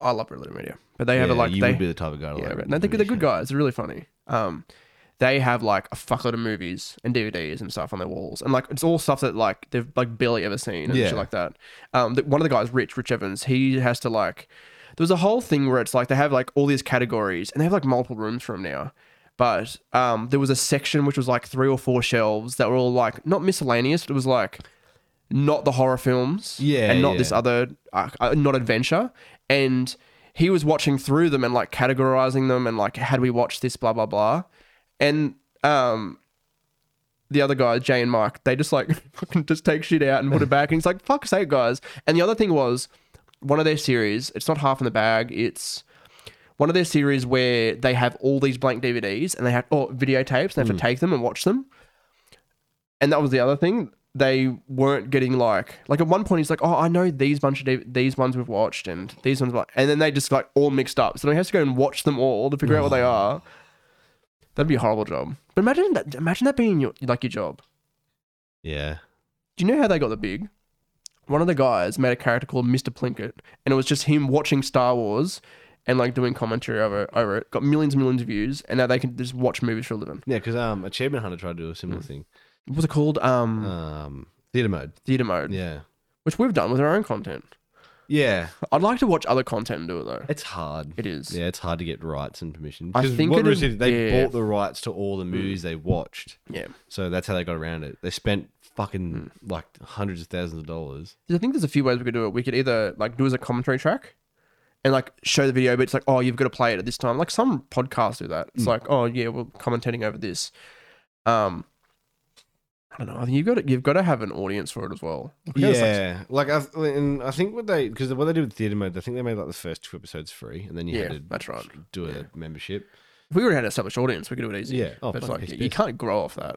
[SPEAKER 1] I love Red Letter Media, but they have
[SPEAKER 2] yeah,
[SPEAKER 1] it like
[SPEAKER 2] you
[SPEAKER 1] they.
[SPEAKER 2] would be the type of guy to
[SPEAKER 1] yeah,
[SPEAKER 2] like.
[SPEAKER 1] but- no, they're, good- they're good guys. They're really funny. Um, they have like a fuckload of movies and DVDs and stuff on their walls, and like it's all stuff that like they've like barely ever seen and
[SPEAKER 2] Yeah.
[SPEAKER 1] shit like that. Um, the, one of the guys, Rich Rich Evans, he has to like. There was a whole thing where it's like they have like all these categories and they have like multiple rooms for them now. But um, there was a section which was like three or four shelves that were all like not miscellaneous, but it was like not the horror films,
[SPEAKER 2] Yeah,
[SPEAKER 1] and not
[SPEAKER 2] yeah.
[SPEAKER 1] this other, uh, uh, not adventure. And he was watching through them and like categorizing them and like had we watched this, blah blah blah. And um, the other guy, Jay and Mike, they just like fucking just take shit out and put it back. And he's like, fuck's sake, guys. And the other thing was one of their series, it's not half in the bag, it's one of their series where they have all these blank DVDs and they have or videotapes and they have to take them and watch them. And that was the other thing. They weren't getting like like at one point he's like, oh, I know these bunch of DV- these ones we've watched and these ones, wa-" and then they just like all mixed up. So he has to go and watch them all to figure out what they are. That'd be a horrible job. But imagine that. Imagine that being your like your job.
[SPEAKER 2] Yeah.
[SPEAKER 1] Do you know how they got the big? One of the guys made a character called Mr. Plinkett, and it was just him watching Star Wars and like doing commentary over over it. Got millions and millions of views, and now they can just watch movies for a living.
[SPEAKER 2] Yeah, because um, Achievement Hunter tried to do a similar
[SPEAKER 1] Mm.
[SPEAKER 2] thing.
[SPEAKER 1] What was it called? Um,
[SPEAKER 2] Um, theater mode.
[SPEAKER 1] theater mode,
[SPEAKER 2] Yeah,
[SPEAKER 1] which we've done with our own content.
[SPEAKER 2] yeah,
[SPEAKER 1] I'd like to watch other content and do it though.
[SPEAKER 2] it's hard.
[SPEAKER 1] It is.
[SPEAKER 2] Yeah, it's hard to get rights and permission.
[SPEAKER 1] I
[SPEAKER 2] Because
[SPEAKER 1] think
[SPEAKER 2] what
[SPEAKER 1] it
[SPEAKER 2] was
[SPEAKER 1] is-
[SPEAKER 2] it?
[SPEAKER 1] yeah.
[SPEAKER 2] They
[SPEAKER 1] Mm.
[SPEAKER 2] bought the rights to all the movies they watched,
[SPEAKER 1] yeah.
[SPEAKER 2] so that's how they got around it. They spent fucking like hundreds of thousands of dollars.
[SPEAKER 1] I think there's a few ways we could do it. We could either like do as a commentary track and like show the video, but it's like, oh, you've got to play it at this time. Like some podcasts do that. It's
[SPEAKER 2] Mm.
[SPEAKER 1] like, oh yeah, we're commentating over this. Um, I don't know. I think you've got to, you've got to have an audience for it as well. Like, it's like-
[SPEAKER 2] Yeah, like I th- and I think what they because what they did with theater mode, I think they made like the first two episodes free, and then you
[SPEAKER 1] yeah,
[SPEAKER 2] had to
[SPEAKER 1] that's right.
[SPEAKER 2] do a membership.
[SPEAKER 1] If we already had an established audience, we could do it easy.
[SPEAKER 2] Yeah. Oh,
[SPEAKER 1] but it's
[SPEAKER 2] fucking
[SPEAKER 1] like
[SPEAKER 2] piss,
[SPEAKER 1] you
[SPEAKER 2] piss.
[SPEAKER 1] can't grow off that.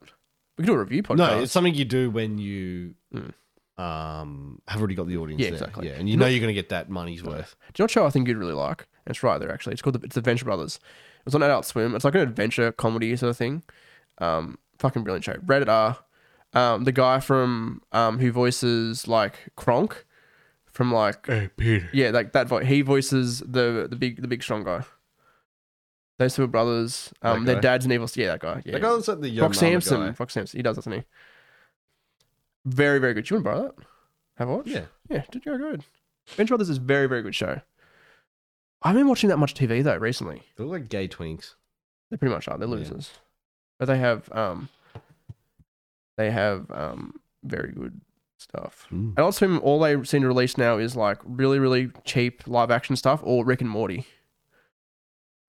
[SPEAKER 1] We could do a review podcast.
[SPEAKER 2] No, it's something you do when you
[SPEAKER 1] Mm.
[SPEAKER 2] um have already got the audience.
[SPEAKER 1] Yeah,
[SPEAKER 2] there.
[SPEAKER 1] exactly.
[SPEAKER 2] Yeah, and you
[SPEAKER 1] Not-
[SPEAKER 2] know you're gonna get that money's worth.
[SPEAKER 1] Do you know what show I think you'd really like? And it's right there actually. It's called the, it's Adventure Brothers. It was on Adult Swim. It's like an adventure comedy sort of thing. Um, fucking brilliant show. Reddit R. Um, the guy from um who voices like Kronk from like
[SPEAKER 2] Hey, Peter.
[SPEAKER 1] yeah like that voice. He voices the the big the big strong guy. Those two are brothers. Um,
[SPEAKER 2] That
[SPEAKER 1] their
[SPEAKER 2] guy?
[SPEAKER 1] dad's an evil. Yeah, that guy. Yeah.
[SPEAKER 2] That guy looks like the young
[SPEAKER 1] Rock
[SPEAKER 2] Mama
[SPEAKER 1] Sampson.
[SPEAKER 2] guy.
[SPEAKER 1] Rock Sampson. He does, doesn't he? Very very good. You want to borrow that? Have a watch.
[SPEAKER 2] Yeah,
[SPEAKER 1] Yeah, did go good. Bench Brothers is a very, very good show. I haven't been watching that much TV though recently.
[SPEAKER 2] they look like gay twinks.
[SPEAKER 1] They pretty much are. They're
[SPEAKER 2] Yeah.
[SPEAKER 1] losers. But they have um they have um very good stuff.
[SPEAKER 2] Mm.
[SPEAKER 1] And also all they seem to release now is like really, really cheap live action stuff or Rick and Morty.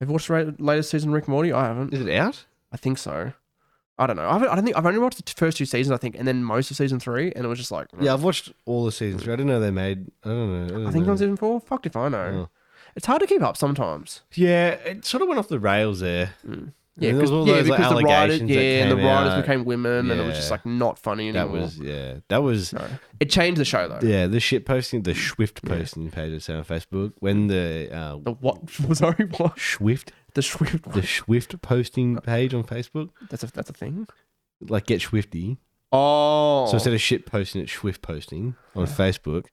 [SPEAKER 1] Have you watched the ra- latest season of Rick and Morty? I haven't.
[SPEAKER 2] Is it out?
[SPEAKER 1] I think so. I don't know. I, haven't, I don't think I've only watched the t- first two seasons, I think, and then most of season three, and it was just like,
[SPEAKER 2] Yeah, I've watched all the seasons. I didn't know they made. I don't know. I,
[SPEAKER 1] I
[SPEAKER 2] don't
[SPEAKER 1] think
[SPEAKER 2] know.
[SPEAKER 1] I'm season four. Fucked if I know. It's hard to keep up sometimes. Hmm.
[SPEAKER 2] Yeah, it sort of went off the rails there.
[SPEAKER 1] Yeah,
[SPEAKER 2] And there was
[SPEAKER 1] because
[SPEAKER 2] all
[SPEAKER 1] yeah,
[SPEAKER 2] those, like,
[SPEAKER 1] because the writers,
[SPEAKER 2] allegations that
[SPEAKER 1] yeah, and the
[SPEAKER 2] came
[SPEAKER 1] writers
[SPEAKER 2] out.
[SPEAKER 1] became women, and it was just
[SPEAKER 2] Yeah.
[SPEAKER 1] like not funny anymore.
[SPEAKER 2] That was yeah. That was
[SPEAKER 1] no. It changed the show though.
[SPEAKER 2] yeah. The shit posting, the Swift posting page I saw on Facebook when the uh,
[SPEAKER 1] The what? Sorry, what?
[SPEAKER 2] Swift
[SPEAKER 1] The Swift.
[SPEAKER 2] the Swift posting page on Facebook
[SPEAKER 1] That's a that's a thing.
[SPEAKER 2] like get Swifty.
[SPEAKER 1] Oh,
[SPEAKER 2] So instead of shit posting, it's Swift posting on Facebook.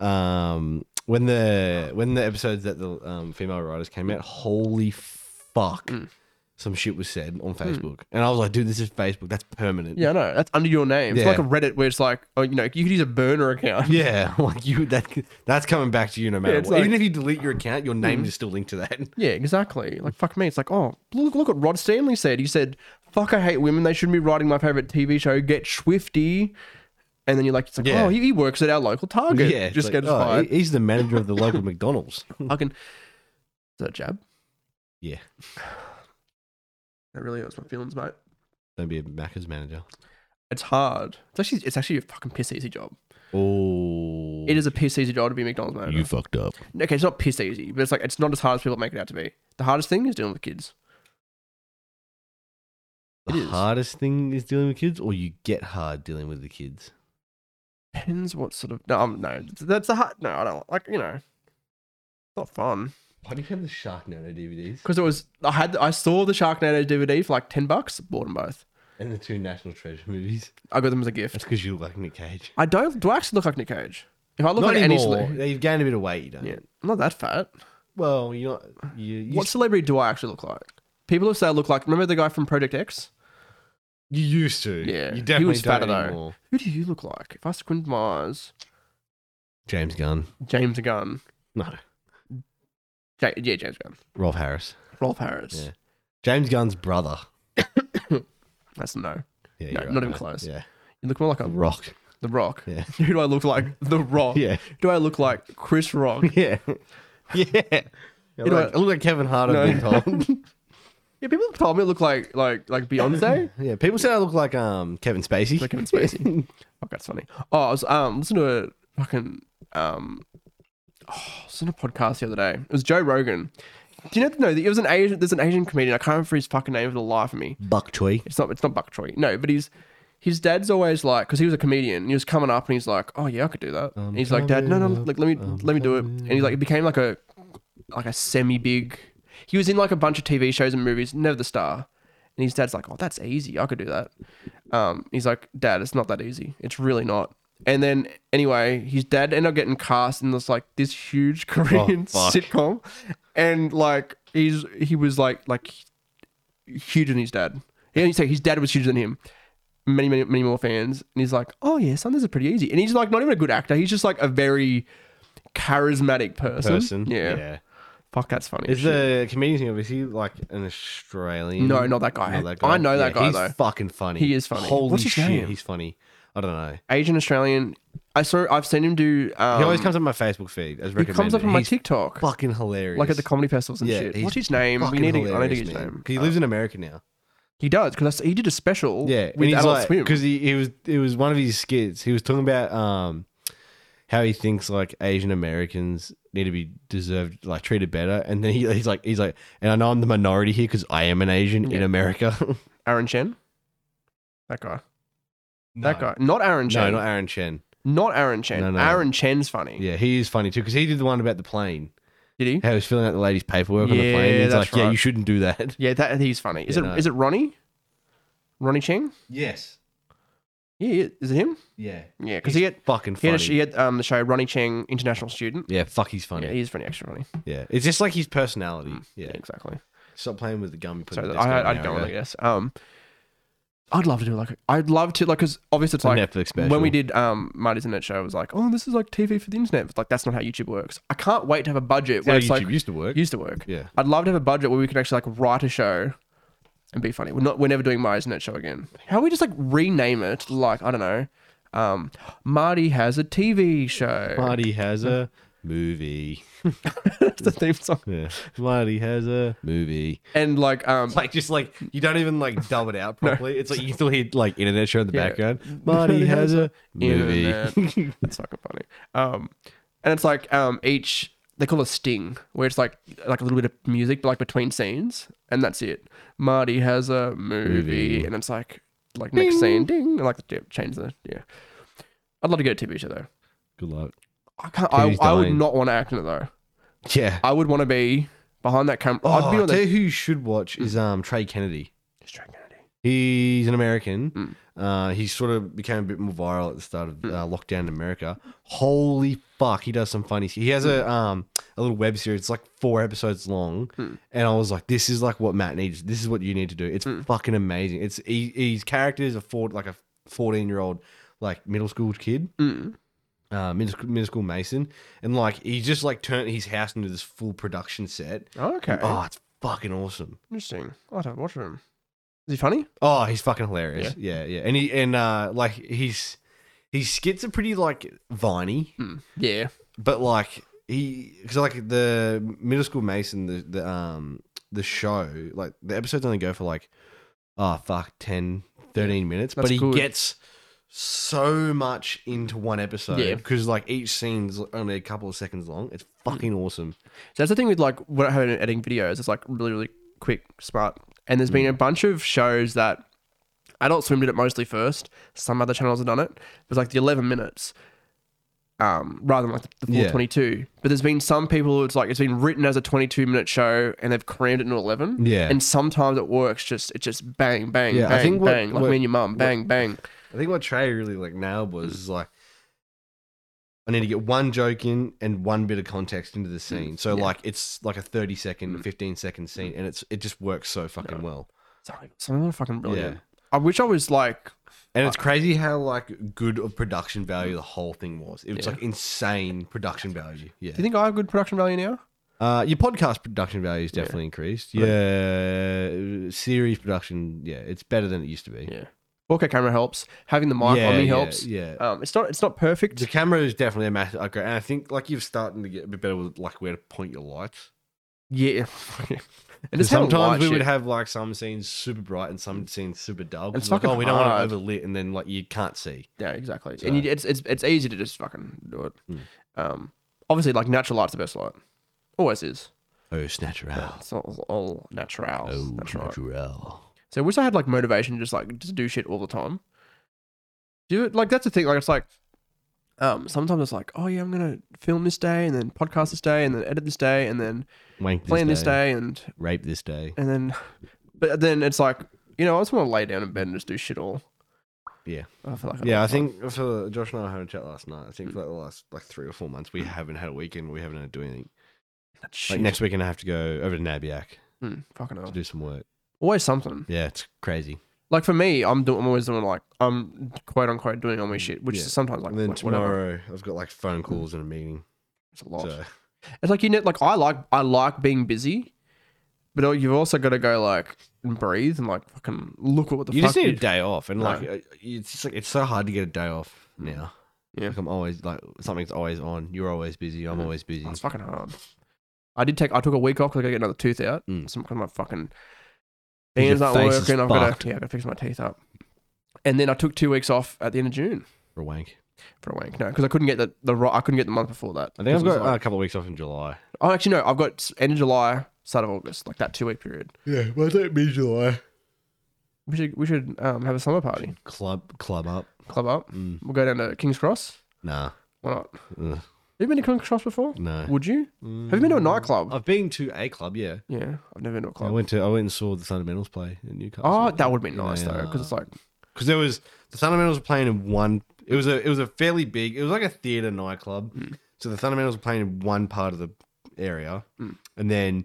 [SPEAKER 2] Um, when the when the episodes that the um, female writers came out, holy fuck,
[SPEAKER 1] Mm.
[SPEAKER 2] some shit was said on Facebook, and I was like, dude, this is Facebook. That's permanent.
[SPEAKER 1] yeah, no, that's under your name. It's
[SPEAKER 2] Yeah.
[SPEAKER 1] like a Reddit where it's like, oh, you know, you could use a burner account.
[SPEAKER 2] Yeah, like you that that's coming back to you no matter
[SPEAKER 1] Yeah, it's
[SPEAKER 2] what.
[SPEAKER 1] like- Mm-hmm.
[SPEAKER 2] Even if you delete your account, your name is still linked to that.
[SPEAKER 1] Yeah, exactly. Like fuck me. It's like, oh, look, look what Rod Stanley said. He said, "Fuck, I hate women. They shouldn't be writing my favorite TV show. Get Swifty." And then you're like, it's like,
[SPEAKER 2] Yeah.
[SPEAKER 1] oh, he, he works at our local Target.
[SPEAKER 2] Yeah, it's
[SPEAKER 1] just
[SPEAKER 2] like,
[SPEAKER 1] get us
[SPEAKER 2] oh,
[SPEAKER 1] fired.
[SPEAKER 2] he- He's the manager of the local McDonald's.
[SPEAKER 1] Fucking. Is that a jab?
[SPEAKER 2] Yeah,
[SPEAKER 1] That really hurts my feelings, mate.
[SPEAKER 2] don't be a Macca's manager.
[SPEAKER 1] It's hard. It's actually it's actually a fucking piss easy job.
[SPEAKER 2] Oh,
[SPEAKER 1] It is a piss easy job to be a McDonald's manager.
[SPEAKER 2] You fucked up.
[SPEAKER 1] okay, it's not piss easy, but it's like it's not as hard as people make it out to be. The hardest thing is dealing with kids. It
[SPEAKER 2] The
[SPEAKER 1] is.
[SPEAKER 2] hardest thing is dealing with kids, or you get hard dealing with the kids.
[SPEAKER 1] Depends what sort of no um, no that's a hard no I don't like you know. It's not fun
[SPEAKER 2] Why do you have the Sharknado DVDs
[SPEAKER 1] because it was I had I saw the Sharknado DVD for like ten bucks, bought them both.
[SPEAKER 2] and the two National Treasure movies?
[SPEAKER 1] I got them as a gift.
[SPEAKER 2] That's because you look like Nick Cage.
[SPEAKER 1] I don't do I actually look like Nick Cage? If I look
[SPEAKER 2] Not
[SPEAKER 1] like
[SPEAKER 2] anymore.
[SPEAKER 1] any cele-
[SPEAKER 2] You've gained a bit of weight. You don't.
[SPEAKER 1] yeah, I'm not that fat.
[SPEAKER 2] Well, you're not. You, you,
[SPEAKER 1] What celebrity do I actually look like? People who say I look like remember the guy from Project X?
[SPEAKER 2] you used to.
[SPEAKER 1] Yeah,
[SPEAKER 2] You
[SPEAKER 1] he
[SPEAKER 2] definitely
[SPEAKER 1] was fatter
[SPEAKER 2] don't
[SPEAKER 1] though.
[SPEAKER 2] anymore.
[SPEAKER 1] Who do you look like? If I squint my eyes,
[SPEAKER 2] James Gunn.
[SPEAKER 1] James Gunn.
[SPEAKER 2] No.
[SPEAKER 1] Ja- yeah, James Gunn.
[SPEAKER 2] Rolf Harris.
[SPEAKER 1] Rolf Harris.
[SPEAKER 2] Yeah. James Gunn's brother.
[SPEAKER 1] That's a no.
[SPEAKER 2] Yeah,
[SPEAKER 1] No,
[SPEAKER 2] you're
[SPEAKER 1] not even
[SPEAKER 2] mate.
[SPEAKER 1] close.
[SPEAKER 2] Yeah.
[SPEAKER 1] You look more like
[SPEAKER 2] The
[SPEAKER 1] a,
[SPEAKER 2] Rock.
[SPEAKER 1] The Rock.
[SPEAKER 2] Yeah.
[SPEAKER 1] Who do I look like? The Rock.
[SPEAKER 2] Yeah.
[SPEAKER 1] Do I look like Chris Rock?
[SPEAKER 2] Yeah. yeah. I look,
[SPEAKER 1] know
[SPEAKER 2] like, I look like Kevin Hart
[SPEAKER 1] No.
[SPEAKER 2] over no.
[SPEAKER 1] Yeah, people have told me I look like like like Beyonce.
[SPEAKER 2] Yeah, people said I look like um Kevin Spacey.
[SPEAKER 1] like Kevin Spacey. Fuck, that's funny. Oh, I was um listening to a fucking um oh, I was in a podcast the other day. It was Joe Rogan. Do you know no, it was an Asian there's an Asian comedian, I can't remember his fucking name for the life of me.
[SPEAKER 2] Buck Choi.
[SPEAKER 1] It's not. It's not Buck Troy. No, but he's his dad's always like because he was a comedian. and He was coming up and he's like, oh yeah, I could do that. and he's like, Dad, no, no,
[SPEAKER 2] coming up,
[SPEAKER 1] like let me
[SPEAKER 2] I'm
[SPEAKER 1] let me do it. And he like it became like a like a semi big. He was in like a bunch of TV shows and movies, never the star. And his dad's like, oh, that's easy. I could do that. Um, he's like, Dad, it's not that easy. It's really not. And then anyway, his dad ended up getting cast in this like this huge Korean
[SPEAKER 2] Oh, fuck.
[SPEAKER 1] sitcom, and like he's he was like like huge than his dad. He only said his dad was huger than him. Many, many, many more fans, and he's like, "Oh yeah, Sanders is pretty easy." And he's like, not even a good actor. He's just like a very charismatic person.
[SPEAKER 2] person.
[SPEAKER 1] Yeah. Fuck, that's funny.
[SPEAKER 2] Is
[SPEAKER 1] Shit.
[SPEAKER 2] the comedian thing of is he like an Australian?
[SPEAKER 1] No, not that guy. I know that guy,
[SPEAKER 2] he's
[SPEAKER 1] though.
[SPEAKER 2] fucking funny.
[SPEAKER 1] He is funny.
[SPEAKER 2] Holy
[SPEAKER 1] What's his
[SPEAKER 2] shit,
[SPEAKER 1] name?
[SPEAKER 2] he's funny. I don't know.
[SPEAKER 1] Asian Australian? I saw. I've seen him do. Um,
[SPEAKER 2] He always comes up on my Facebook feed as
[SPEAKER 1] He
[SPEAKER 2] recommended.
[SPEAKER 1] comes up on my
[SPEAKER 2] He's
[SPEAKER 1] TikTok,
[SPEAKER 2] Fucking hilarious.
[SPEAKER 1] like at the comedy festivals and
[SPEAKER 2] Yeah,
[SPEAKER 1] shit.
[SPEAKER 2] he's
[SPEAKER 1] What's his name? We
[SPEAKER 2] fucking
[SPEAKER 1] need to. I need to
[SPEAKER 2] hilarious,
[SPEAKER 1] get his
[SPEAKER 2] man.
[SPEAKER 1] name. Uh,
[SPEAKER 2] 'Cause He lives in America now.
[SPEAKER 1] He does because he did a special.
[SPEAKER 2] Yeah,
[SPEAKER 1] with Adult Swim.
[SPEAKER 2] because he, he was it was one of his skits. He was talking about um how he thinks like Asian Americans need to be deserved like treated better, and then he, he's like he's like, and I know I'm the minority here because I am an Asian in
[SPEAKER 1] Yeah.
[SPEAKER 2] America.
[SPEAKER 1] Aaron Chen. That guy. That guy. Not Aaron
[SPEAKER 2] No,
[SPEAKER 1] Chen.
[SPEAKER 2] not
[SPEAKER 1] not,
[SPEAKER 2] Aaron Chen.
[SPEAKER 1] Aaron Chen.
[SPEAKER 2] No, no.
[SPEAKER 1] Aaron Chen's funny.
[SPEAKER 2] Yeah, he is funny too because he did the one about the plane.
[SPEAKER 1] Did he?
[SPEAKER 2] How he was filling out the lady's paperwork on the
[SPEAKER 1] Yeah,
[SPEAKER 2] plane. He's
[SPEAKER 1] that's
[SPEAKER 2] like, yeah,
[SPEAKER 1] right.
[SPEAKER 2] you shouldn't do that.
[SPEAKER 1] Yeah, that he's funny. Is
[SPEAKER 2] Yeah,
[SPEAKER 1] it? Is
[SPEAKER 2] no.
[SPEAKER 1] it Ronnie? Ronnie Cheng?
[SPEAKER 2] Yes.
[SPEAKER 1] Yeah, yeah. Is it him?
[SPEAKER 2] Yeah.
[SPEAKER 1] Yeah, because he had
[SPEAKER 2] Fucking
[SPEAKER 1] he
[SPEAKER 2] funny.
[SPEAKER 1] had, a, he had um the show Ronnie Cheng International Student.
[SPEAKER 2] yeah, fuck, he's funny.
[SPEAKER 1] Yeah,
[SPEAKER 2] Yeah,
[SPEAKER 1] he's pretty extra funny.
[SPEAKER 2] it's just like his personality. Yeah.
[SPEAKER 1] Yeah, exactly.
[SPEAKER 2] Stop playing with the gum. You put in
[SPEAKER 1] So
[SPEAKER 2] the
[SPEAKER 1] I,
[SPEAKER 2] desk
[SPEAKER 1] I'd,
[SPEAKER 2] over an
[SPEAKER 1] I'd
[SPEAKER 2] hour
[SPEAKER 1] go on,
[SPEAKER 2] ago.
[SPEAKER 1] I guess. Um, I'd love to do like a- I'd love to like because obviously it's
[SPEAKER 2] A
[SPEAKER 1] like
[SPEAKER 2] Netflix special.
[SPEAKER 1] when we did um Marty's Internet Show, it was like, oh, this is like TV for the internet. It's like that's not how YouTube works. I can't wait to have a budget where
[SPEAKER 2] how
[SPEAKER 1] it's
[SPEAKER 2] YouTube
[SPEAKER 1] like
[SPEAKER 2] used to work.
[SPEAKER 1] used to work.
[SPEAKER 2] Yeah.
[SPEAKER 1] I'd love to have a budget where we can actually like write a show and be funny. We're not we're never doing Marty's Net Show again. How we just like rename it like, I don't know. Um Marty has a TV show.
[SPEAKER 2] Marty has a movie.
[SPEAKER 1] That's the theme song.
[SPEAKER 2] Yeah. Marty has a movie.
[SPEAKER 1] And like um
[SPEAKER 2] Like just like you don't even like dub it out properly. It's like you still hear like internet show in the
[SPEAKER 1] Yeah.
[SPEAKER 2] background. Marty has a movie.
[SPEAKER 1] Internet. uh, That's fucking funny. Um, and it's like um, each they call it a sting, where it's like like a little bit of music, but like between scenes, and that's it. Marty has a movie,
[SPEAKER 2] Movie.
[SPEAKER 1] and it's like like next scene, ding, and like yeah, change the yeah. I'd love to get a TV show though.
[SPEAKER 2] Good luck.
[SPEAKER 1] I can't. I,
[SPEAKER 2] TV's
[SPEAKER 1] I would
[SPEAKER 2] dying.
[SPEAKER 1] not want to act in it though.
[SPEAKER 2] Yeah.
[SPEAKER 1] I would want to be behind that camera.
[SPEAKER 2] Oh,
[SPEAKER 1] I'd be on
[SPEAKER 2] tell
[SPEAKER 1] the.
[SPEAKER 2] you who you should watch is um Trey Kennedy.
[SPEAKER 1] It's Jack Kennedy.
[SPEAKER 2] He's an American. Uh, he sort of became a bit more viral at the start of uh, lockdown in America. Holy fuck, he does some funny. He has a um a little web series. It's like four episodes long, and I was like, this is like what Matt needs. This is what you need to do. It's fucking amazing. It's he, his character is a four like a fourteen year old like middle school kid. Uh, middle, school, middle school Mason, and like he just like turned his house into this full production set.
[SPEAKER 1] Okay,
[SPEAKER 2] Oh, it's fucking awesome.
[SPEAKER 1] interesting. I don't watch him. Is he funny?
[SPEAKER 2] Oh, he's fucking hilarious. Yeah, yeah. And he and uh like he's his skits are pretty like viney,
[SPEAKER 1] Mm. Yeah.
[SPEAKER 2] but like he because like the middle school Mason the the um the show like the episodes only go for like oh fuck 10 13 minutes but
[SPEAKER 1] That's
[SPEAKER 2] he
[SPEAKER 1] good.
[SPEAKER 2] gets so much into one episode
[SPEAKER 1] Yeah.
[SPEAKER 2] because like each scene's only a couple of seconds long it's fucking awesome
[SPEAKER 1] So that's the thing with like what I have in editing videos. It's like really, really quick, smart. And there's
[SPEAKER 2] Mm.
[SPEAKER 1] been a bunch of shows that Adult Swim did it mostly first. Some other channels have done it. It was like the 11 minutes, um, rather than like the full
[SPEAKER 2] Yeah.
[SPEAKER 1] 22. But there's been some people who it's like it's been written as a 22 minute show and they've crammed it into 11.
[SPEAKER 2] Yeah.
[SPEAKER 1] And sometimes it works. Just it's just bang, bang,
[SPEAKER 2] Yeah, I
[SPEAKER 1] bang,
[SPEAKER 2] think what-
[SPEAKER 1] bang. Like
[SPEAKER 2] what-
[SPEAKER 1] me and your mum, bang, bang.
[SPEAKER 2] I think what Trey really like nailed was is like I need to get one joke in and one bit of context into the scene. So
[SPEAKER 1] Mm, yeah. Mm.
[SPEAKER 2] like it's like a 30 second, 15 second scene and it's it just works so fucking well.
[SPEAKER 1] Sorry, someone fucking brilliant.
[SPEAKER 2] Yeah.
[SPEAKER 1] I wish I was like
[SPEAKER 2] And it's crazy how like good of production value the whole thing was. It was
[SPEAKER 1] Yeah.
[SPEAKER 2] like insane production value. Yeah.
[SPEAKER 1] do you think I have good production value now?
[SPEAKER 2] Uh, your podcast production value is definitely increased. Yeah. Series production, yeah, it's better than it used to be.
[SPEAKER 1] Yeah. 4K camera helps. Having the mic
[SPEAKER 2] Yeah,
[SPEAKER 1] on me
[SPEAKER 2] yeah,
[SPEAKER 1] helps.
[SPEAKER 2] yeah.
[SPEAKER 1] Um, it's not it's not perfect.
[SPEAKER 2] The camera is definitely a massive upgrade, and I think like you're starting to get a bit better with like where to point your lights.
[SPEAKER 1] yeah. and
[SPEAKER 2] Because
[SPEAKER 1] just having
[SPEAKER 2] sometimes
[SPEAKER 1] light
[SPEAKER 2] we would
[SPEAKER 1] shit.
[SPEAKER 2] have like some scenes super bright and some scenes super dull. 'cause
[SPEAKER 1] It's
[SPEAKER 2] like,
[SPEAKER 1] fucking
[SPEAKER 2] oh, we don't want
[SPEAKER 1] hard.
[SPEAKER 2] to overlit, and then like you can't see.
[SPEAKER 1] yeah exactly.
[SPEAKER 2] So- Hmm.
[SPEAKER 1] And you, it's it's it's easy to just fucking do it. Um, obviously, like natural light's the best light. Always is.
[SPEAKER 2] Oh, snatcher out.
[SPEAKER 1] It's all, all
[SPEAKER 2] Oh,
[SPEAKER 1] natural. That's right.
[SPEAKER 2] natural.
[SPEAKER 1] So I wish I had like motivation to just like just do shit all the time. Do it like that's the thing. Like it's like um sometimes it's like, oh yeah, I'm gonna film this day and then podcast this day and then edit this day and then
[SPEAKER 2] Wank this
[SPEAKER 1] plan
[SPEAKER 2] day,
[SPEAKER 1] this day and
[SPEAKER 2] Rape this day.
[SPEAKER 1] and then but then it's like you know i just want to lay down in bed and just do shit all
[SPEAKER 2] Yeah.
[SPEAKER 1] i feel like
[SPEAKER 2] Yeah, I think for Josh and I were having a chat last night. I think for like the last like three or four months, we haven't had a weekend. where We haven't had to do anything. Like next weekend, I have to go over to Nabiak
[SPEAKER 1] Hmm, fucking hell.
[SPEAKER 2] to do some work.
[SPEAKER 1] Always something.
[SPEAKER 2] Yeah, it's crazy.
[SPEAKER 1] Like for me, I'm doing. I'm always doing like I'm quote unquote doing all my shit, which
[SPEAKER 2] Mm, Yeah.
[SPEAKER 1] is sometimes like
[SPEAKER 2] And then
[SPEAKER 1] wh- whatever.
[SPEAKER 2] tomorrow, uh, I've got like phone calls and a meeting.
[SPEAKER 1] It's a lot.
[SPEAKER 2] So
[SPEAKER 1] It's like you know, like I like I like being busy, but you've also got to go like and breathe and like fucking look at what the
[SPEAKER 2] you
[SPEAKER 1] fuck.
[SPEAKER 2] just need a
[SPEAKER 1] you-
[SPEAKER 2] day off, and
[SPEAKER 1] No. Mm.
[SPEAKER 2] like uh, it's just like it's so hard to get a day off now.
[SPEAKER 1] Yeah.
[SPEAKER 2] like I'm always like something's always on. You're always busy. I'm
[SPEAKER 1] Mm.
[SPEAKER 2] always busy.
[SPEAKER 1] Oh, it's fucking hard. I did take. I took a week off because I got to get another tooth out.
[SPEAKER 2] Mm.
[SPEAKER 1] Some kind of my fucking
[SPEAKER 2] Your
[SPEAKER 1] hands not
[SPEAKER 2] face is
[SPEAKER 1] working. I've got
[SPEAKER 2] fucked.
[SPEAKER 1] to yeah, I got to fix my teeth up. And then I took two weeks off at the end of June
[SPEAKER 2] For a wank.
[SPEAKER 1] for a wank. No, because I couldn't get the the ro- I couldn't get the month before that.
[SPEAKER 2] I think I've
[SPEAKER 1] 'Cause it
[SPEAKER 2] got
[SPEAKER 1] was
[SPEAKER 2] uh, a
[SPEAKER 1] like-
[SPEAKER 2] couple of weeks off in July.
[SPEAKER 1] oh, actually no. I've got s- end of July, start of August, like that two week period.
[SPEAKER 2] Yeah, well, I don't mean July.
[SPEAKER 1] We should we should um, have a summer party,
[SPEAKER 2] Club, club up.
[SPEAKER 1] club up.
[SPEAKER 2] Mm.
[SPEAKER 1] We'll go down to King's Cross.
[SPEAKER 2] Nah,
[SPEAKER 1] Why not?
[SPEAKER 2] Ugh,
[SPEAKER 1] Have you been to King's Cross before?
[SPEAKER 2] no.
[SPEAKER 1] Would you? Have you been to a nightclub?
[SPEAKER 2] I've been to a club. Mm. Yeah,
[SPEAKER 1] yeah, I've never been to a
[SPEAKER 2] I
[SPEAKER 1] club.
[SPEAKER 2] went to. I went and saw the Fundamentals play in Newcastle.
[SPEAKER 1] Oh, that would be nice though, because it's like
[SPEAKER 2] because there was the Thundamentals were playing in one. It was a it was a fairly big. It was like a theater nightclub. So the Thundamentals were playing in one part of the area,
[SPEAKER 1] Mm.
[SPEAKER 2] and then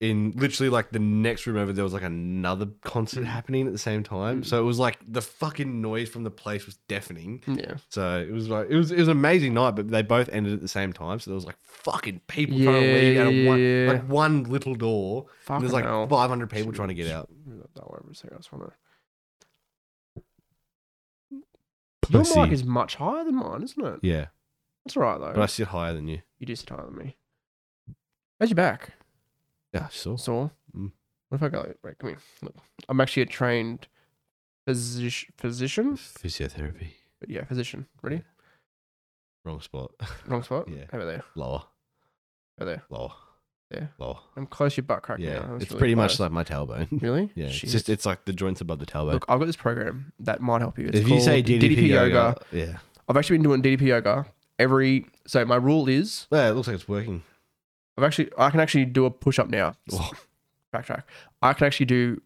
[SPEAKER 2] in literally like the next room over, there was like another concert
[SPEAKER 1] Mm.
[SPEAKER 2] happening at the same time. So it was like the fucking noise from the place was deafening.
[SPEAKER 1] yeah,
[SPEAKER 2] So it was like it was it was an amazing night, but they both ended at the same time. So there was like fucking people trying to leave out of one
[SPEAKER 1] Yeah.
[SPEAKER 2] like one little door. And
[SPEAKER 1] fucking
[SPEAKER 2] there's like
[SPEAKER 1] hell.
[SPEAKER 2] 500 people trying to get out.
[SPEAKER 1] That one was here, I just wanna- Your mic
[SPEAKER 2] Pussy.
[SPEAKER 1] is much higher than mine, isn't it?
[SPEAKER 2] Yeah,
[SPEAKER 1] That's all right though.
[SPEAKER 2] but I sit higher than you.
[SPEAKER 1] You do sit higher than me. How's your back?
[SPEAKER 2] Yeah, sure.
[SPEAKER 1] Sore?
[SPEAKER 2] Mm.
[SPEAKER 1] What if I go? Wait, come here. Look, I'm actually a trained physici- physician.
[SPEAKER 2] Physiotherapy.
[SPEAKER 1] Yeah, physician. Ready?
[SPEAKER 2] Wrong spot.
[SPEAKER 1] Wrong spot.
[SPEAKER 2] Yeah.
[SPEAKER 1] Over there.
[SPEAKER 2] Lower.
[SPEAKER 1] Over there.
[SPEAKER 2] Lower.
[SPEAKER 1] Yeah.
[SPEAKER 2] Lower.
[SPEAKER 1] I'm close to your butt crack.
[SPEAKER 2] Yeah.
[SPEAKER 1] now. That's
[SPEAKER 2] it's
[SPEAKER 1] really
[SPEAKER 2] pretty much
[SPEAKER 1] close.
[SPEAKER 2] like my tailbone.
[SPEAKER 1] Really?
[SPEAKER 2] yeah. It's
[SPEAKER 1] Shit.
[SPEAKER 2] just it's like the joints above the tailbone.
[SPEAKER 1] Look, I've got this program that might help you. It's
[SPEAKER 2] if you say
[SPEAKER 1] called
[SPEAKER 2] DDP, yoga, yeah.
[SPEAKER 1] I've actually been doing DDP yoga every. So my rule is
[SPEAKER 2] Well, it looks like it's working.
[SPEAKER 1] I've actually I can actually do a push up now.
[SPEAKER 2] Oh,
[SPEAKER 1] Backtrack. I can actually do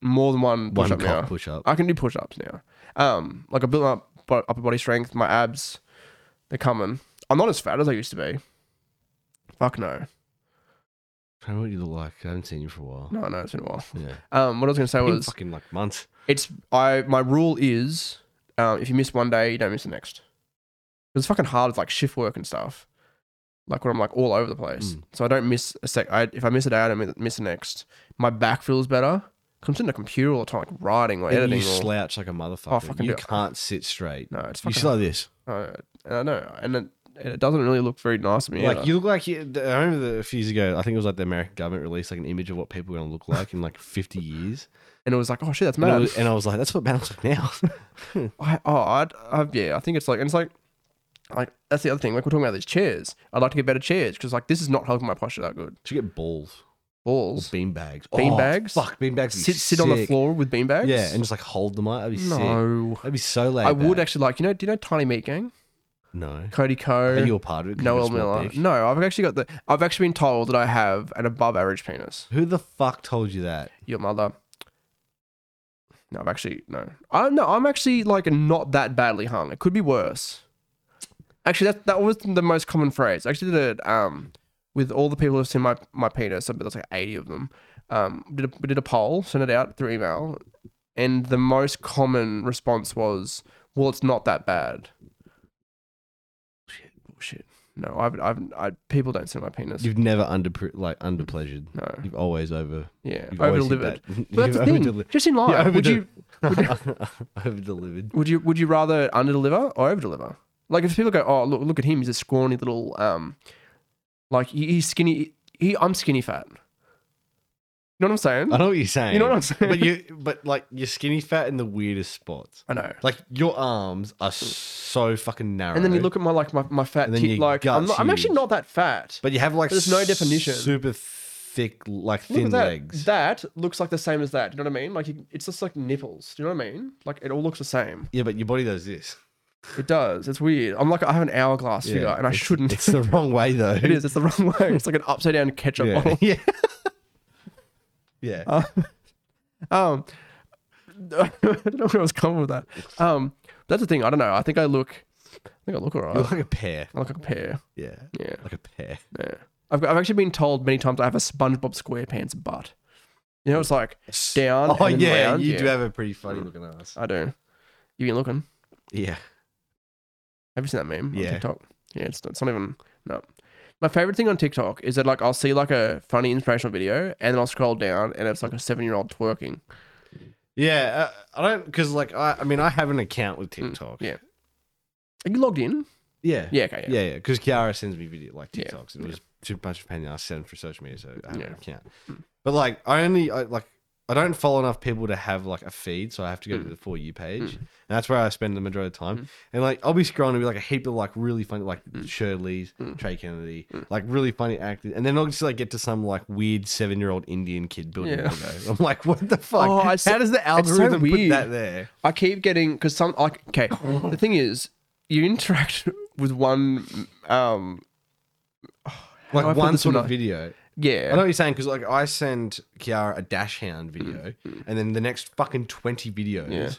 [SPEAKER 1] more than one push
[SPEAKER 2] one
[SPEAKER 1] up Uh, now.
[SPEAKER 2] cock push up.
[SPEAKER 1] I can do push ups now. Um, like I built up bo- upper body strength. My abs, they're coming. I'm not as fat as I used to be. Fuck no,
[SPEAKER 2] I don't know what you look like. I haven't seen you for a while.
[SPEAKER 1] no, no. It's been a while.
[SPEAKER 2] Yeah.
[SPEAKER 1] Um, what I was gonna say
[SPEAKER 2] Been
[SPEAKER 1] was
[SPEAKER 2] fucking like months.
[SPEAKER 1] it's I my rule is um, if you miss one day, you don't miss the next. 'Cause It's fucking hard with like shift work and stuff. Like when I'm like all over the place,
[SPEAKER 2] Mm.
[SPEAKER 1] so I don't miss a sec. I, if I miss a day, I don't mi- miss the next. My back feels better. Comes in the computer all the time, like writing or
[SPEAKER 2] And
[SPEAKER 1] editing.
[SPEAKER 2] you
[SPEAKER 1] or,
[SPEAKER 2] slouch like a motherfucker.
[SPEAKER 1] fucking
[SPEAKER 2] you
[SPEAKER 1] do it.
[SPEAKER 2] can't sit straight.
[SPEAKER 1] no, it's
[SPEAKER 2] you
[SPEAKER 1] fucking.
[SPEAKER 2] sit like this.
[SPEAKER 1] uh, I know, and it, it doesn't really look very nice on me.
[SPEAKER 2] Like
[SPEAKER 1] either.
[SPEAKER 2] you look like you, I remember the, a few years ago. I think it was like the American government released like an image of what people are gonna look like in like fifty years.
[SPEAKER 1] and it was like, oh shit, that's
[SPEAKER 2] And I,
[SPEAKER 1] mad.
[SPEAKER 2] was, and I was like, that's what man looks like now.
[SPEAKER 1] I, oh, I'd, i yeah, I think it's like, and it's like, like that's the other thing. Like we're talking about these chairs. I'd like to get better chairs because like this is not helping my posture that good.
[SPEAKER 2] Should get balls.
[SPEAKER 1] Balls.
[SPEAKER 2] Bean bags. Oh,
[SPEAKER 1] Bean bags?
[SPEAKER 2] Fuck, bean bags. would be
[SPEAKER 1] sit sit on the
[SPEAKER 2] sick.
[SPEAKER 1] floor with beanbags.
[SPEAKER 2] Yeah, and just like hold them up. That'd be sick.
[SPEAKER 1] no,
[SPEAKER 2] That'd be so laid
[SPEAKER 1] I would
[SPEAKER 2] back.
[SPEAKER 1] actually like you know. Do you know Tiny Meat Gang?
[SPEAKER 2] No.
[SPEAKER 1] Cody
[SPEAKER 2] I think
[SPEAKER 1] Coe,
[SPEAKER 2] you're part of it. 'cause you're
[SPEAKER 1] Noel
[SPEAKER 2] a small
[SPEAKER 1] Miller.
[SPEAKER 2] dick.
[SPEAKER 1] No, I've actually got the. I've actually been told that I have an above average penis.
[SPEAKER 2] Who the fuck told you that?
[SPEAKER 1] Your mother. No, I've actually no. I no. I'm actually like not that badly hung. It could be worse. Actually, that that was the most common phrase. I actually did it um with all the people who've seen my my penis. I bet that's like eighty of them. Um, did a, we did a poll, sent it out through email, and the most common response was, "Well, it's not that bad." Bullshit, bullshit. No, I've I've I, people don't see my penis.
[SPEAKER 2] You've never under like under pleasured.
[SPEAKER 1] no,
[SPEAKER 2] You've always over.
[SPEAKER 1] yeah,
[SPEAKER 2] You've
[SPEAKER 1] over
[SPEAKER 2] always hit
[SPEAKER 1] delivered. But
[SPEAKER 2] that.
[SPEAKER 1] that's
[SPEAKER 2] You've
[SPEAKER 1] the thing.
[SPEAKER 2] overdeli-
[SPEAKER 1] Just in life,
[SPEAKER 2] Yeah,
[SPEAKER 1] would
[SPEAKER 2] overdeli-
[SPEAKER 1] you
[SPEAKER 2] over delivered.
[SPEAKER 1] Would you would you rather under deliver or over deliver? Like if people go, oh look look at him, he's a scrawny little um, like he, he's skinny. He I'm skinny fat. You know what I'm saying?
[SPEAKER 2] I know what you're saying.
[SPEAKER 1] You know what I'm saying?
[SPEAKER 2] But you, but like you're skinny fat in the weirdest spots.
[SPEAKER 1] I know.
[SPEAKER 2] Like your arms are so fucking narrow.
[SPEAKER 1] And then you look at my like my, my fat
[SPEAKER 2] And then
[SPEAKER 1] tit,
[SPEAKER 2] your
[SPEAKER 1] like I'm,
[SPEAKER 2] gut's
[SPEAKER 1] not, I'm actually
[SPEAKER 2] huge.
[SPEAKER 1] not that fat.
[SPEAKER 2] But you have like
[SPEAKER 1] There's no definition.
[SPEAKER 2] Super thick, like
[SPEAKER 1] look
[SPEAKER 2] thin
[SPEAKER 1] at that.
[SPEAKER 2] legs.
[SPEAKER 1] That looks like the same as that. Do you know what I mean? Like you- it's just like nipples. Do you know what I mean? Like it all looks the same.
[SPEAKER 2] Yeah, but your body does this.
[SPEAKER 1] It does. It's weird. I'm like I have an hourglass figure, and I
[SPEAKER 2] it's-
[SPEAKER 1] shouldn't.
[SPEAKER 2] It's the wrong way though.
[SPEAKER 1] It is. It's the wrong way. It's like an upside down ketchup
[SPEAKER 2] Yeah.
[SPEAKER 1] bottle.
[SPEAKER 2] yeah. yeah.
[SPEAKER 1] Um, I don't know where I was coming with that. Um, that's the thing. I don't know. I think I look, I think I look
[SPEAKER 2] You're
[SPEAKER 1] alright.
[SPEAKER 2] like a pear.
[SPEAKER 1] I look like a pear.
[SPEAKER 2] Yeah.
[SPEAKER 1] Yeah,
[SPEAKER 2] Like a pear.
[SPEAKER 1] yeah. I've, got, I've actually been told many times I have a SpongeBob SquarePants butt. You know, it's like down.
[SPEAKER 2] Oh
[SPEAKER 1] and then
[SPEAKER 2] yeah,
[SPEAKER 1] round.
[SPEAKER 2] you
[SPEAKER 1] yeah. Mm.
[SPEAKER 2] do have a pretty funny looking ass.
[SPEAKER 1] I do. You've been looking.
[SPEAKER 2] Yeah,
[SPEAKER 1] Have you seen that meme
[SPEAKER 2] Yeah.
[SPEAKER 1] on TikTok? Yeah, it's, it's not even no. My favorite thing on TikTok is that like I'll see like a funny inspirational video and then I'll scroll down and it's like a seven year old twerking.
[SPEAKER 2] yeah. Uh, I don't because like I, I mean I have an account with TikTok.
[SPEAKER 1] Mm. Yeah. Are you logged in?
[SPEAKER 2] yeah,
[SPEAKER 1] Yeah, okay, yeah.
[SPEAKER 2] yeah, yeah. Because Kiara sends me video like
[SPEAKER 1] Yeah.
[SPEAKER 2] TikToks, and it was too much of a pain in the ass sending for social media, so I have an
[SPEAKER 1] Yeah. Hmm.
[SPEAKER 2] account. But like, I only I, like I don't follow enough people to have like a feed, so I have to go
[SPEAKER 1] Hmm.
[SPEAKER 2] to the for you page, and that's where I spend the majority of the time. And like, I'll be scrolling to be like a heap of like really funny, like
[SPEAKER 1] Hmm.
[SPEAKER 2] Shirley's, Trey Kennedy, like really funny actors, and then I'll just like get to some like weird seven year old Indian kid building
[SPEAKER 1] Yeah.
[SPEAKER 2] Lego. I'm like, what the fuck?
[SPEAKER 1] Oh, I see-
[SPEAKER 2] How does the
[SPEAKER 1] it's so
[SPEAKER 2] algorithm put
[SPEAKER 1] weird.
[SPEAKER 2] that there?
[SPEAKER 1] I keep getting because some like okay. the thing is, you interact with one um do I
[SPEAKER 2] Like
[SPEAKER 1] put
[SPEAKER 2] one
[SPEAKER 1] this
[SPEAKER 2] sort
[SPEAKER 1] one
[SPEAKER 2] of
[SPEAKER 1] up?
[SPEAKER 2] video. I
[SPEAKER 1] yeah.
[SPEAKER 2] know what you're saying because like I send Kiara a dash hound video, and then the next fucking twenty videos
[SPEAKER 1] Mm. Yeah.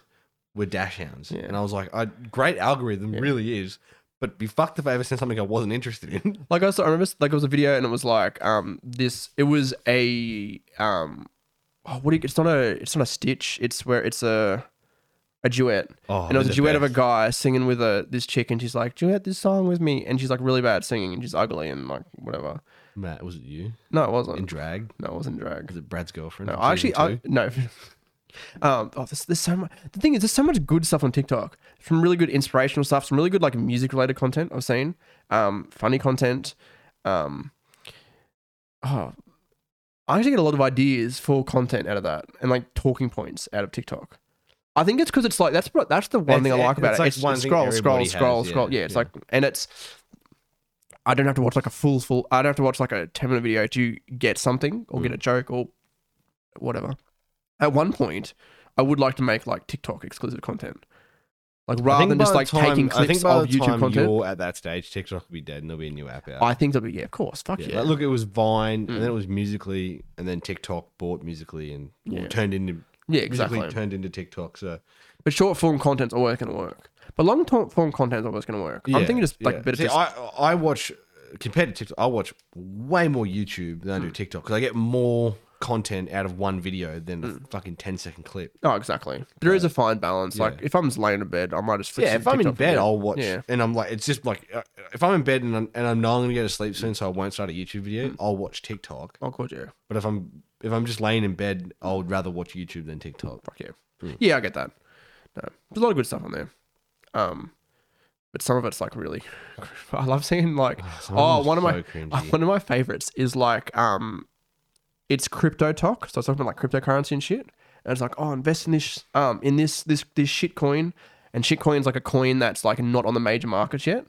[SPEAKER 2] were dash hounds,
[SPEAKER 1] Yeah.
[SPEAKER 2] and I was like, I, "Great algorithm, really is." But be fucked if I ever sent something I wasn't interested in.
[SPEAKER 1] Like I also I remember like it was a video and it was like um this it was a um oh, what do you, it's not a it's not a stitch it's where it's a a duet
[SPEAKER 2] Oh,
[SPEAKER 1] and it was a
[SPEAKER 2] they're the
[SPEAKER 1] duet of a
[SPEAKER 2] best.
[SPEAKER 1] guy singing with a this chick and she's like duet this song with me and she's like really bad at singing and she's ugly and like whatever
[SPEAKER 2] Matt, was it you
[SPEAKER 1] no it wasn't
[SPEAKER 2] in drag?
[SPEAKER 1] no it wasn't drag
[SPEAKER 2] Was it Brad's girlfriend?
[SPEAKER 1] no
[SPEAKER 2] from
[SPEAKER 1] I actually
[SPEAKER 2] season
[SPEAKER 1] I, no um oh there's, there's so much the thing is there's so much good stuff on TikTok some really good inspirational stuff some really good like music related content I've seen um funny content um oh I actually get a lot of ideas for content out of that and like talking points out of TikTok. I think it's because it's like that's pro- that's the one
[SPEAKER 2] It's-
[SPEAKER 1] thing I like
[SPEAKER 2] it's
[SPEAKER 1] about it.
[SPEAKER 2] like
[SPEAKER 1] it's
[SPEAKER 2] one
[SPEAKER 1] it's
[SPEAKER 2] thing
[SPEAKER 1] scroll, scroll,
[SPEAKER 2] everybody
[SPEAKER 1] scroll,
[SPEAKER 2] has,
[SPEAKER 1] scroll.
[SPEAKER 2] yeah,
[SPEAKER 1] Yeah, it's
[SPEAKER 2] yeah.
[SPEAKER 1] like and it's I don't have to watch like a full full. I don't have to watch like a ten minute video to get something or
[SPEAKER 2] Mm.
[SPEAKER 1] get a joke or whatever. At one point, I would like to make like TikTok exclusive content, like
[SPEAKER 2] two? I
[SPEAKER 1] rather
[SPEAKER 2] think
[SPEAKER 1] than
[SPEAKER 2] by
[SPEAKER 1] just
[SPEAKER 2] the
[SPEAKER 1] like
[SPEAKER 2] time-
[SPEAKER 1] taking
[SPEAKER 2] I think
[SPEAKER 1] clips
[SPEAKER 2] by
[SPEAKER 1] of
[SPEAKER 2] the
[SPEAKER 1] YouTube
[SPEAKER 2] time
[SPEAKER 1] content.
[SPEAKER 2] You're at that stage. TikTok will be dead, and there'll be a new app out.
[SPEAKER 1] I think that'd be yeah, of course, fuck
[SPEAKER 2] Yeah,
[SPEAKER 1] yeah. Mm.
[SPEAKER 2] like, look, it was Vine, and then it was Musically, and then TikTok bought Musically and well,
[SPEAKER 1] Yeah.
[SPEAKER 2] turned into
[SPEAKER 1] yeah,
[SPEAKER 2] Musical.ly
[SPEAKER 1] exactly.
[SPEAKER 2] turned into TikTok. So
[SPEAKER 1] But short form content's always going to work. But long to- form content's always going to work. I'm
[SPEAKER 2] Yeah,
[SPEAKER 1] thinking just like
[SPEAKER 2] yeah.
[SPEAKER 1] a bit of
[SPEAKER 2] See,
[SPEAKER 1] just,
[SPEAKER 2] I I watch compared to TikTok, I watch way more YouTube than I do TikTok because I get more content out of one video than a fucking 10 second clip.
[SPEAKER 1] oh exactly. There is a fine balance. Like if I'm just laying in bed, I might just switch
[SPEAKER 2] Yeah,
[SPEAKER 1] to
[SPEAKER 2] if I'm in
[SPEAKER 1] TikTok
[SPEAKER 2] bed,
[SPEAKER 1] video.
[SPEAKER 2] I'll watch,
[SPEAKER 1] Yeah.
[SPEAKER 2] and I'm like, it's just like uh, if I'm in bed and I'm, and I'm not going to go to sleep soon, so I won't start a YouTube video. I'll watch TikTok,
[SPEAKER 1] Oh god, yeah,
[SPEAKER 2] but if I'm if I'm just laying in bed, I would rather watch YouTube than TikTok.
[SPEAKER 1] fuck yeah, yeah. I get that. No, there's a lot of good stuff on there. Um, but some of it's like really. I love seeing like
[SPEAKER 2] Ah, some of
[SPEAKER 1] oh
[SPEAKER 2] them's
[SPEAKER 1] one of
[SPEAKER 2] so
[SPEAKER 1] my
[SPEAKER 2] cringy.
[SPEAKER 1] one of my favorites is like um, it's crypto talk. So it's talking about like cryptocurrency and shit. And it's like oh invest in this um in this this this shit coin, and shit coin's like a coin that's like not on the major markets yet.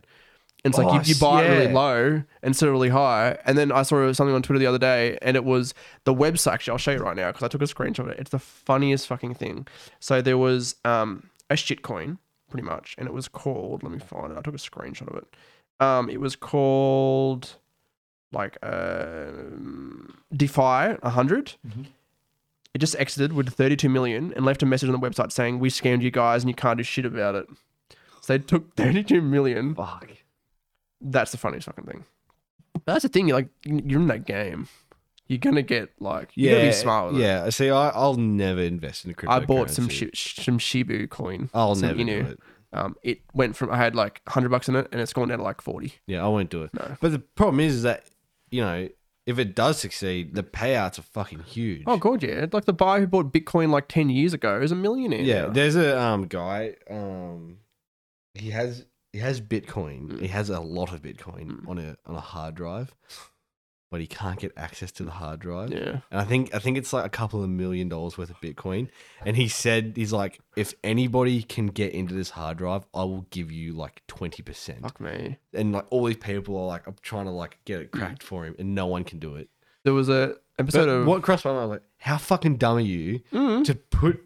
[SPEAKER 1] And it's like
[SPEAKER 2] Oh,
[SPEAKER 1] you, you buy it really
[SPEAKER 2] yeah.
[SPEAKER 1] low and sell it really high. And then I saw something on Twitter the other day, and it was the website. Actually, I'll show you right now because I took a screenshot of it. It's the funniest fucking thing. So there was um, a shitcoin, pretty much, and it was called. Let me find it. I took a screenshot of it. Um, it was called like um DeFi 100. It just exited with 32 million and left a message on the website saying, "We scammed you guys, and you can't do shit about it." So they took 32 million
[SPEAKER 2] Fuck.
[SPEAKER 1] that's the funniest fucking thing. But that's the thing. You're like you're in that game. You're gonna get like you
[SPEAKER 2] Yeah,
[SPEAKER 1] gotta be smart with it.
[SPEAKER 2] yeah. See, I, I'll never invest in a cryptocurrency.
[SPEAKER 1] I bought some shi some Shibu coin.
[SPEAKER 2] I'll
[SPEAKER 1] some
[SPEAKER 2] never
[SPEAKER 1] Inu.
[SPEAKER 2] do it.
[SPEAKER 1] Um, it went from I had like hundred bucks in it, and it's gone down to like forty.
[SPEAKER 2] Yeah, I won't do it.
[SPEAKER 1] No.
[SPEAKER 2] But the problem is, is that you know, if it does succeed, the payouts are fucking huge.
[SPEAKER 1] Oh god, yeah! Like the guy who bought Bitcoin like ten years ago is a millionaire.
[SPEAKER 2] yeah,
[SPEAKER 1] now.
[SPEAKER 2] there's a um guy. Um, he has he has Bitcoin.
[SPEAKER 1] Mm.
[SPEAKER 2] He has a lot of Bitcoin on a on a hard drive, but he can't get access to the hard drive.
[SPEAKER 1] Mm. yeah.
[SPEAKER 2] And I think I think it's like a couple of million dollars worth of Bitcoin. And he said he's like, if anybody can get into this hard drive, I will give you like twenty percent.
[SPEAKER 1] Fuck me.
[SPEAKER 2] And like all these people are like, I'm trying to like get it cracked for him, and no one can do it.
[SPEAKER 1] There was a episode
[SPEAKER 2] But
[SPEAKER 1] of Mm.
[SPEAKER 2] what crossed my mind was like, how fucking dumb are you to put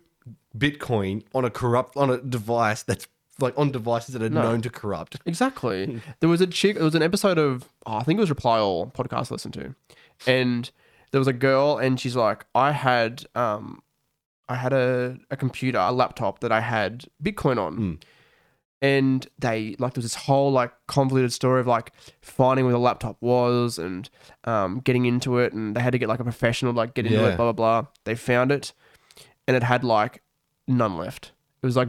[SPEAKER 2] Bitcoin on a corrupt on a device that's like on devices that are known to corrupt?
[SPEAKER 1] Exactly. there was a chick. There was an episode of oh, I think it was Reply All podcast I listened to, and there was a girl, and she's like, I had um, I had a a computer, a laptop that I had Bitcoin on, and they like there was this whole like convoluted story of like finding where the laptop was and um, getting into it and they had to get like a professional like get into
[SPEAKER 2] Yeah.
[SPEAKER 1] it blah blah blah they found it and it had like none left it was like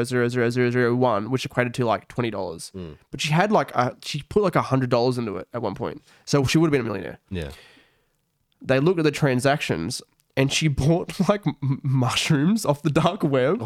[SPEAKER 1] 0.00000000001 which equated to like $20 but she had like a, she put like $100 into it at one point so she would have been a millionaire
[SPEAKER 2] Yeah.
[SPEAKER 1] they looked at the transactions and she bought like m- mushrooms off the dark web.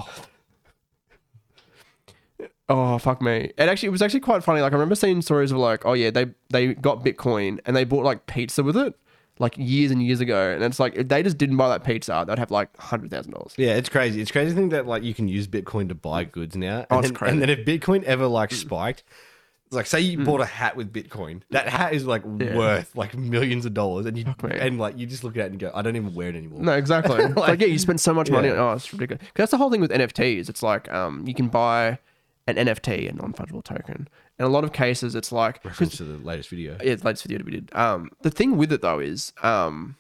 [SPEAKER 1] Oh. fuck me! And actually, it was actually quite funny. Like I remember seeing stories of like, oh yeah, they they got Bitcoin and they bought like pizza with it, like years and years ago. And it's like if they just didn't buy that pizza, they'd have like hundred thousand dollars.
[SPEAKER 2] Yeah, it's crazy. It's crazy to think that like you can use Bitcoin to buy goods now. And
[SPEAKER 1] Oh, it's
[SPEAKER 2] then,
[SPEAKER 1] crazy. Mm.
[SPEAKER 2] And then if Bitcoin ever like spiked, like say you bought a hat with Bitcoin, that hat is like worth like millions of dollars, and you
[SPEAKER 1] me.
[SPEAKER 2] and like you just look at it and go, I don't even wear it anymore.
[SPEAKER 1] No, exactly. like, yeah, you spend so much money.
[SPEAKER 2] Yeah.
[SPEAKER 1] on Oh, it's ridiculous. 'Cause that's the whole thing with NFTs. It's like um, you can buy an NFT, a non-fungible token. In a lot of cases, it's like 'cause
[SPEAKER 2] Reference to the latest video.
[SPEAKER 1] yeah, it's the latest video that we did. Um, the thing with it though is, um,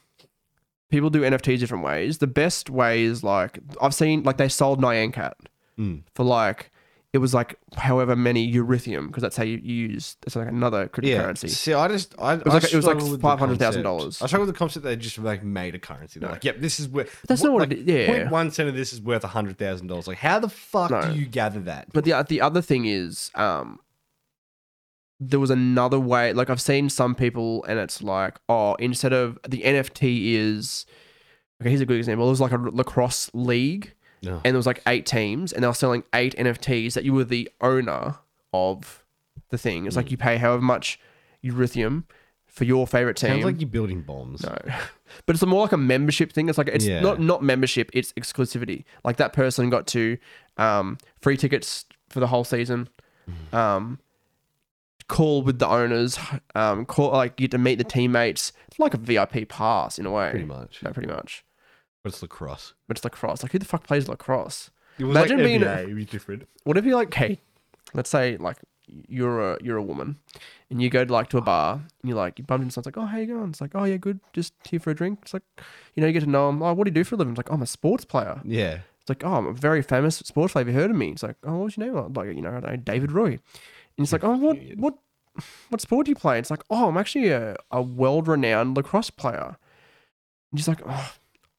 [SPEAKER 1] people do NFTs different ways. The best way is like I've seen, like they sold Nyan Cat
[SPEAKER 2] Hmm.
[SPEAKER 1] for like it was like however many Eurythium because that's how you, you use it's like another
[SPEAKER 2] Yeah.
[SPEAKER 1] cryptocurrency.
[SPEAKER 2] See, I just I it
[SPEAKER 1] was like- it was like $500,000.
[SPEAKER 2] dollars. I struggle with the concept that they just like made a currency. They're like, yep, this is worth.
[SPEAKER 1] that's not what it
[SPEAKER 2] like,
[SPEAKER 1] is- yeah.
[SPEAKER 2] Point one cent of this is worth hundred thousand dollars. Like, how the fuck
[SPEAKER 1] No.
[SPEAKER 2] do you gather that?
[SPEAKER 1] But the the other thing is, um, there was another way. Like I've seen some people, and it's like, oh, instead of the NFT is okay. Here's a good example. It was like a lacrosse league,
[SPEAKER 2] No.
[SPEAKER 1] and there was like eight teams, and they were selling eight NFTs that you were the owner of the thing. It's
[SPEAKER 2] Mm.
[SPEAKER 1] like you pay however much Eurythium for your favorite team.
[SPEAKER 2] Sounds like you're building bombs.
[SPEAKER 1] No. But it's more like a membership thing. It's like it's
[SPEAKER 2] Yeah.
[SPEAKER 1] not not membership, it's exclusivity. Like that person got to um, free tickets for the whole season.
[SPEAKER 2] Mm.
[SPEAKER 1] Um, call with the owners, um, call like get to meet the teammates. It's like a VIP pass in a way.
[SPEAKER 2] Pretty much.
[SPEAKER 1] No, pretty much.
[SPEAKER 2] But it's lacrosse.
[SPEAKER 1] But it's lacrosse. Like who the fuck plays lacrosse?
[SPEAKER 2] It
[SPEAKER 1] Imagine being a-
[SPEAKER 2] it was different.
[SPEAKER 1] What if you're like, hey, let's say like you're a you're a woman and you go to like to a bar and you're like you bumped into someone's like, Oh, how you going? It's like, Oh yeah, good, just here for a drink. It's like you know, you get to know them. Oh, what do you do for a living? It's like, oh, I'm a sports player.
[SPEAKER 2] Yeah.
[SPEAKER 1] It's like, oh, I'm a very famous sports player. Have you heard of me? It's like, oh, what's your name? I'm Like, you know, I don't know, David Roy. And it's like, oh, what, what, what sport do you play? It's like, oh, I'm actually a, a world-renowned lacrosse player. And she's like, oh,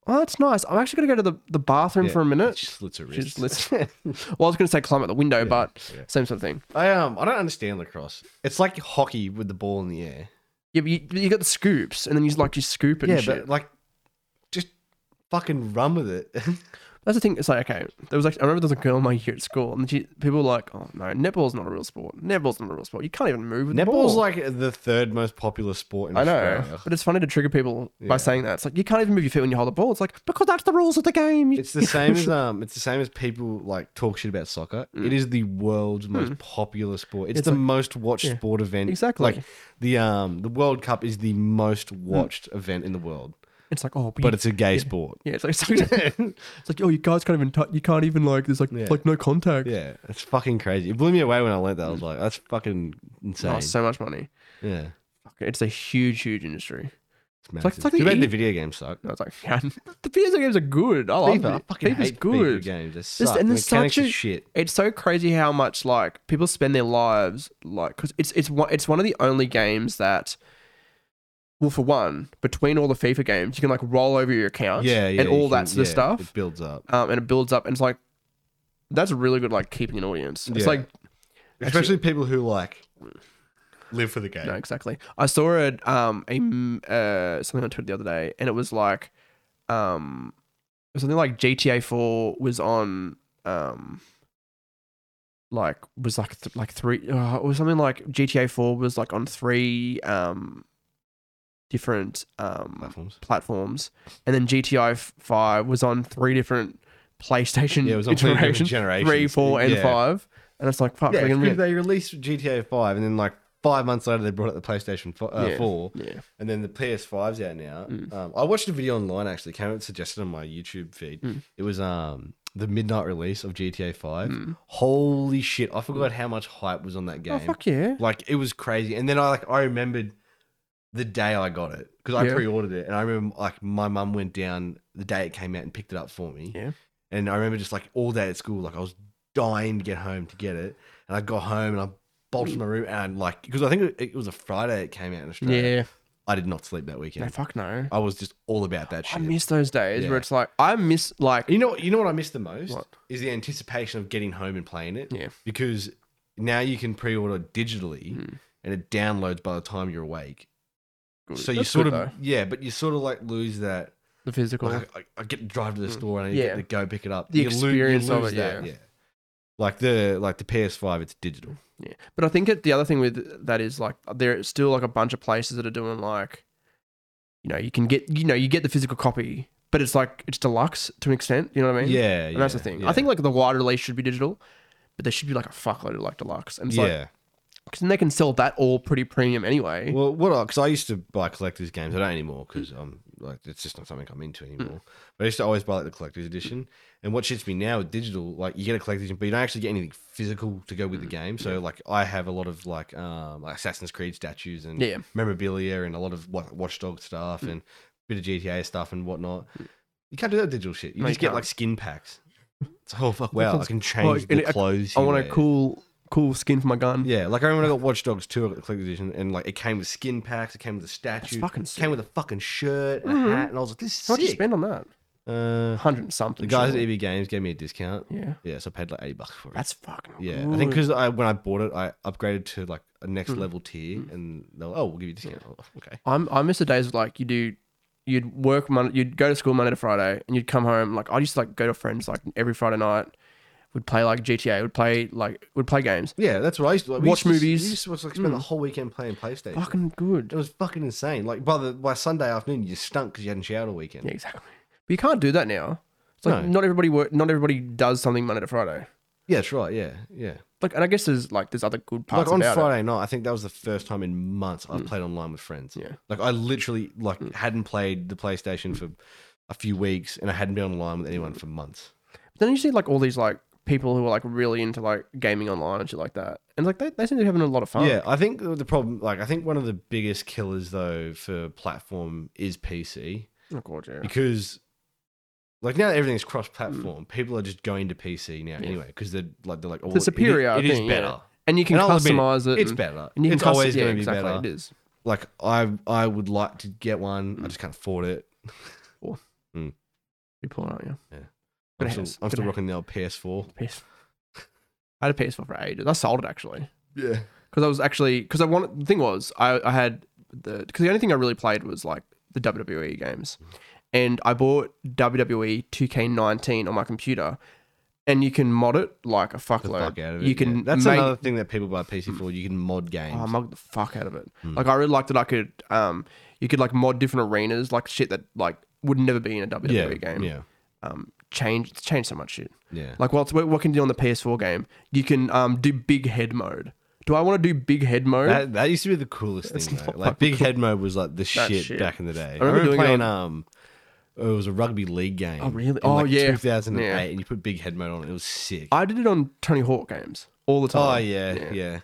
[SPEAKER 1] oh, that's nice. I'm actually gonna go to the, the bathroom
[SPEAKER 2] Yeah,
[SPEAKER 1] for a minute.
[SPEAKER 2] She slits her
[SPEAKER 1] She
[SPEAKER 2] wrist.
[SPEAKER 1] just lets- well, I was gonna say climb out the window, but
[SPEAKER 2] yeah.
[SPEAKER 1] same sort of thing.
[SPEAKER 2] I um I don't understand lacrosse. It's like hockey with the ball in the air.
[SPEAKER 1] Yeah, but you, but you got the scoops, and then you just, like you scoop it.
[SPEAKER 2] yeah,
[SPEAKER 1] and shit.
[SPEAKER 2] but like just fucking run with it.
[SPEAKER 1] That's the thing. It's like okay, there was like I remember there was a girl my year at school, and she, people were like, "Oh no, netball's not a real sport. Netball's not a real sport. You can't even move with the ball."
[SPEAKER 2] Netball's like the third most popular sport in
[SPEAKER 1] I know,
[SPEAKER 2] Australia.
[SPEAKER 1] but it's funny to trigger people
[SPEAKER 2] Yeah.
[SPEAKER 1] by saying that. It's like you can't even move your feet when you hold the ball. It's like because that's the rules of the game. You-
[SPEAKER 2] It's the same as um it's the same as people like talk shit about soccer.
[SPEAKER 1] Mm.
[SPEAKER 2] It is the world's most popular sport. It's, the most watched sport event.
[SPEAKER 1] Exactly.
[SPEAKER 2] Like the um the World Cup is the most watched event in the world.
[SPEAKER 1] It's like oh, but,
[SPEAKER 2] But
[SPEAKER 1] you-
[SPEAKER 2] it's a gay sport.
[SPEAKER 1] yeah, it's like, it's like it's like, oh, you guys can't even touch. You can't even like there's like
[SPEAKER 2] Yeah.
[SPEAKER 1] like no contact.
[SPEAKER 2] Yeah, it's fucking crazy. It blew me away when I learned
[SPEAKER 1] Mm.
[SPEAKER 2] that. I was like, that's fucking insane.
[SPEAKER 1] Oh, so much money.
[SPEAKER 2] Yeah.
[SPEAKER 1] Fuck, It's a huge, huge industry.
[SPEAKER 2] It's massive.
[SPEAKER 1] like- it's like
[SPEAKER 2] Too
[SPEAKER 1] an
[SPEAKER 2] bad
[SPEAKER 1] e-
[SPEAKER 2] the video games suck.
[SPEAKER 1] And I was like, the video games are good. I love
[SPEAKER 2] FIFA, I
[SPEAKER 1] it.
[SPEAKER 2] fucking
[SPEAKER 1] FIFA's
[SPEAKER 2] hate
[SPEAKER 1] Oh, good.
[SPEAKER 2] video games. They suck.
[SPEAKER 1] and
[SPEAKER 2] the
[SPEAKER 1] there's
[SPEAKER 2] mechanics
[SPEAKER 1] such
[SPEAKER 2] are
[SPEAKER 1] a-
[SPEAKER 2] shit.
[SPEAKER 1] It's so crazy how much like people spend their lives like because it's it's one it's one of the only games that, well, for one, between all the FIFA games, you can like roll over your account,
[SPEAKER 2] Yeah, yeah.
[SPEAKER 1] and
[SPEAKER 2] you
[SPEAKER 1] all
[SPEAKER 2] can-
[SPEAKER 1] that sort of
[SPEAKER 2] yeah, It
[SPEAKER 1] stuff,
[SPEAKER 2] builds up.
[SPEAKER 1] um, and it builds up, and it's like that's really good like keeping an audience. It's
[SPEAKER 2] Yeah.
[SPEAKER 1] like
[SPEAKER 2] Especially people who like live for the game.
[SPEAKER 1] no, exactly. I saw a um a m- uh something on Twitter the other day, and it was like, um, it was something like GTA Four was on um, like was like th- like three uh, it was something like GTA Four was like on three um different um
[SPEAKER 2] Platforms.
[SPEAKER 1] platforms, and then GTI f- Five was on three different PlayStation
[SPEAKER 2] Yeah, it was on three different
[SPEAKER 1] generation
[SPEAKER 2] generations.
[SPEAKER 1] three, four, and
[SPEAKER 2] Yeah.
[SPEAKER 1] five. And it's like fuck,
[SPEAKER 2] Yeah,
[SPEAKER 1] they're gonna
[SPEAKER 2] because
[SPEAKER 1] be-
[SPEAKER 2] they released GTA 5 and then like five months later they brought out the PlayStation fo- uh,
[SPEAKER 1] Yeah.
[SPEAKER 2] 4
[SPEAKER 1] yeah,
[SPEAKER 2] and then the PS5's out now. Um, I watched a video online actually, came up suggested on my YouTube feed. It was um the midnight release of GTA 5.
[SPEAKER 1] Mm.
[SPEAKER 2] Holy shit, I forgot how much hype was on that game.
[SPEAKER 1] oh fuck yeah.
[SPEAKER 2] Like it was crazy. And then I like I remembered the day I got it because I
[SPEAKER 1] Yeah.
[SPEAKER 2] pre-ordered it, and I remember like my mum went down the day it came out and picked it up for me.
[SPEAKER 1] Yeah.
[SPEAKER 2] And I remember just like all day at school, like I was dying to get home to get it, and I got home and I bolted
[SPEAKER 1] Mm.
[SPEAKER 2] my room and like because I think it, it was a Friday it came out in Australia.
[SPEAKER 1] Yeah.
[SPEAKER 2] I did not sleep that
[SPEAKER 1] No,
[SPEAKER 2] weekend.
[SPEAKER 1] fuck no.
[SPEAKER 2] I was just all about that
[SPEAKER 1] I
[SPEAKER 2] shit.
[SPEAKER 1] miss those days
[SPEAKER 2] Yeah.
[SPEAKER 1] where it's like I miss like
[SPEAKER 2] You know, you know what I miss the most
[SPEAKER 1] What?
[SPEAKER 2] is the anticipation of getting home and playing it.
[SPEAKER 1] Yeah.
[SPEAKER 2] Because now you can pre-order digitally,
[SPEAKER 1] Mm.
[SPEAKER 2] and it downloads by the time you're awake.
[SPEAKER 1] Good.
[SPEAKER 2] So you
[SPEAKER 1] That's
[SPEAKER 2] sort
[SPEAKER 1] good,
[SPEAKER 2] of
[SPEAKER 1] though.
[SPEAKER 2] yeah, but you sort of like lose that.
[SPEAKER 1] the physical.
[SPEAKER 2] Like I, I- I get to drive to the store and I
[SPEAKER 1] Yeah.
[SPEAKER 2] get to go pick it up.
[SPEAKER 1] The
[SPEAKER 2] loo-
[SPEAKER 1] experience of it, yeah.
[SPEAKER 2] Like the like the PS5, it's digital.
[SPEAKER 1] Yeah, but I think it, the other thing with that is like there's still like a bunch of places that are doing like, you know, you can get you know you get the physical copy, but it's like it's deluxe to an extent. You know what I mean?
[SPEAKER 2] Yeah,
[SPEAKER 1] and that's the
[SPEAKER 2] yeah,
[SPEAKER 1] thing.
[SPEAKER 2] yeah.
[SPEAKER 1] I think like the wide release should be digital, but there should be like a fuckload of like deluxe, and it's like
[SPEAKER 2] yeah.
[SPEAKER 1] because then they can sell that all pretty premium anyway.
[SPEAKER 2] Well, what? Because I used to buy collectors games. I don't anymore because I'm like it's just not something I'm into anymore.
[SPEAKER 1] Mm.
[SPEAKER 2] But I used to always buy like the collectors edition. And what shits me now with digital, like you get a collector's edition, but you don't actually get anything physical to go with
[SPEAKER 1] Mm.
[SPEAKER 2] the game. So like I have a lot of like um like Assassin's Creed statues and
[SPEAKER 1] Yeah. Mm.
[SPEAKER 2] memorabilia and a lot of Wa- Watchdog stuff and bit of GTA stuff and whatnot. You can't do that digital shit. You
[SPEAKER 1] No, you
[SPEAKER 2] just get
[SPEAKER 1] can't.
[SPEAKER 2] like skin packs. It's oh fuck wow! I
[SPEAKER 1] sounds-
[SPEAKER 2] can
[SPEAKER 1] well,
[SPEAKER 2] change
[SPEAKER 1] and
[SPEAKER 2] the
[SPEAKER 1] it-
[SPEAKER 2] clothes.
[SPEAKER 1] I
[SPEAKER 2] you
[SPEAKER 1] want a
[SPEAKER 2] wear.
[SPEAKER 1] cool cool skin for my gun.
[SPEAKER 2] Yeah, like I remember when I got Watch Dogs 2 at the collector's edition, and like it came with skin packs, it came with a statue,
[SPEAKER 1] fucking sick.
[SPEAKER 2] came with a fucking shirt and a hat, and I was like, this is
[SPEAKER 1] How much you
[SPEAKER 2] sick.
[SPEAKER 1] spend on that?
[SPEAKER 2] Uh,
[SPEAKER 1] Hundred and
[SPEAKER 2] the
[SPEAKER 1] something.
[SPEAKER 2] guys at
[SPEAKER 1] surely.
[SPEAKER 2] EB Games gave me a discount.
[SPEAKER 1] yeah,
[SPEAKER 2] Yeah, so I paid like 80 bucks for it.
[SPEAKER 1] that's fucking.
[SPEAKER 2] yeah, I think
[SPEAKER 1] good. Hmm.
[SPEAKER 2] because I, when I bought it, I upgraded to like a next level tier, and they're like, oh, we'll give you a discount. Oh, okay.
[SPEAKER 1] I'm, I miss the days of like you do, you'd work Monday, you'd go to school Monday to Friday, and you'd come home. Like I used to like go to friends like every Friday night, would play like GTA, would play like would play games.
[SPEAKER 2] Yeah, that's what I used to like. we
[SPEAKER 1] Watch
[SPEAKER 2] used to-
[SPEAKER 1] movies. Hmm.
[SPEAKER 2] We used to like, spend the whole weekend playing PlayStation.
[SPEAKER 1] Fucking
[SPEAKER 2] It
[SPEAKER 1] good.
[SPEAKER 2] was fucking insane. Like by the by Sunday afternoon, you stunk because you hadn't showered all weekend.
[SPEAKER 1] Yeah, exactly. But you can't do that now. It's like
[SPEAKER 2] No.
[SPEAKER 1] not everybody work, not everybody does something Monday to Friday.
[SPEAKER 2] yeah, that's right. Yeah, yeah.
[SPEAKER 1] Like, and I guess there's like there's other good parts
[SPEAKER 2] like on
[SPEAKER 1] about it. Mm.
[SPEAKER 2] Friday night, I think that was the first time in months I've played online with friends.
[SPEAKER 1] Yeah. Mm.
[SPEAKER 2] Like I literally like hadn't played the PlayStation for a few weeks and I hadn't been online with anyone for months.
[SPEAKER 1] then you see like all these like people who are like really into like gaming online and shit like that, and like they, they seem to be having a lot of fun.
[SPEAKER 2] Yeah, I think the problem like I think one of the biggest killers though for platform is PC
[SPEAKER 1] Oh, God, yeah.
[SPEAKER 2] because like now that everything's cross platform, people are just going to PC now anyway because they're like they're like oh,
[SPEAKER 1] Mm. It's a superior
[SPEAKER 2] it, it is
[SPEAKER 1] thing, yeah.
[SPEAKER 2] better.
[SPEAKER 1] And you can
[SPEAKER 2] And I'll admit it,
[SPEAKER 1] customize it.
[SPEAKER 2] It's
[SPEAKER 1] and-
[SPEAKER 2] better.
[SPEAKER 1] And you can
[SPEAKER 2] it's
[SPEAKER 1] custom-
[SPEAKER 2] always
[SPEAKER 1] yeah,
[SPEAKER 2] going to
[SPEAKER 1] exactly, Mm.
[SPEAKER 2] be better.
[SPEAKER 1] It is.
[SPEAKER 2] like I I would like to get one. I just can't afford it.
[SPEAKER 1] You pull it out, yeah.
[SPEAKER 2] I'm
[SPEAKER 1] Good
[SPEAKER 2] still,
[SPEAKER 1] hands,
[SPEAKER 2] I'm
[SPEAKER 1] good
[SPEAKER 2] still
[SPEAKER 1] hands.
[SPEAKER 2] rocking the old PS4.
[SPEAKER 1] PS. I had a PS4 for ages. I sold it actually
[SPEAKER 2] Yeah.
[SPEAKER 1] because I was actually because I wanted. The thing was, I, I had the because the only thing I really played was like the WWE games, and I bought E WWE 2K19 on my computer, and you can mod it like a
[SPEAKER 2] The
[SPEAKER 1] fuckload.
[SPEAKER 2] fuck out of it.
[SPEAKER 1] You
[SPEAKER 2] yeah.
[SPEAKER 1] can
[SPEAKER 2] That's
[SPEAKER 1] make,
[SPEAKER 2] another thing that people buy PC for. You can mod games.
[SPEAKER 1] Oh, I mugged the fuck out of it.
[SPEAKER 2] Hmm.
[SPEAKER 1] Like I really liked that I could um you could like mod different arenas like shit that like would never be in a WWE
[SPEAKER 2] yeah.
[SPEAKER 1] game.
[SPEAKER 2] Yeah.
[SPEAKER 1] Um, change it's changed so much shit.
[SPEAKER 2] Yeah.
[SPEAKER 1] Like what what what can you do on the PS4 game? You can um do big head mode. Do I want to do big head mode?
[SPEAKER 2] that, that used to be the coolest thing. Though. Like big head mode was like the shit,
[SPEAKER 1] shit.
[SPEAKER 2] back in the day. I
[SPEAKER 1] remember
[SPEAKER 2] remember,
[SPEAKER 1] doing it
[SPEAKER 2] playing um, it was a rugby league game. Oh
[SPEAKER 1] really? Oh, yeah.
[SPEAKER 2] 2008,
[SPEAKER 1] Yeah.
[SPEAKER 2] and you put big head mode on. it. It was sick.
[SPEAKER 1] I did it on Tony Hawk games all the time.
[SPEAKER 2] oh yeah, yeah,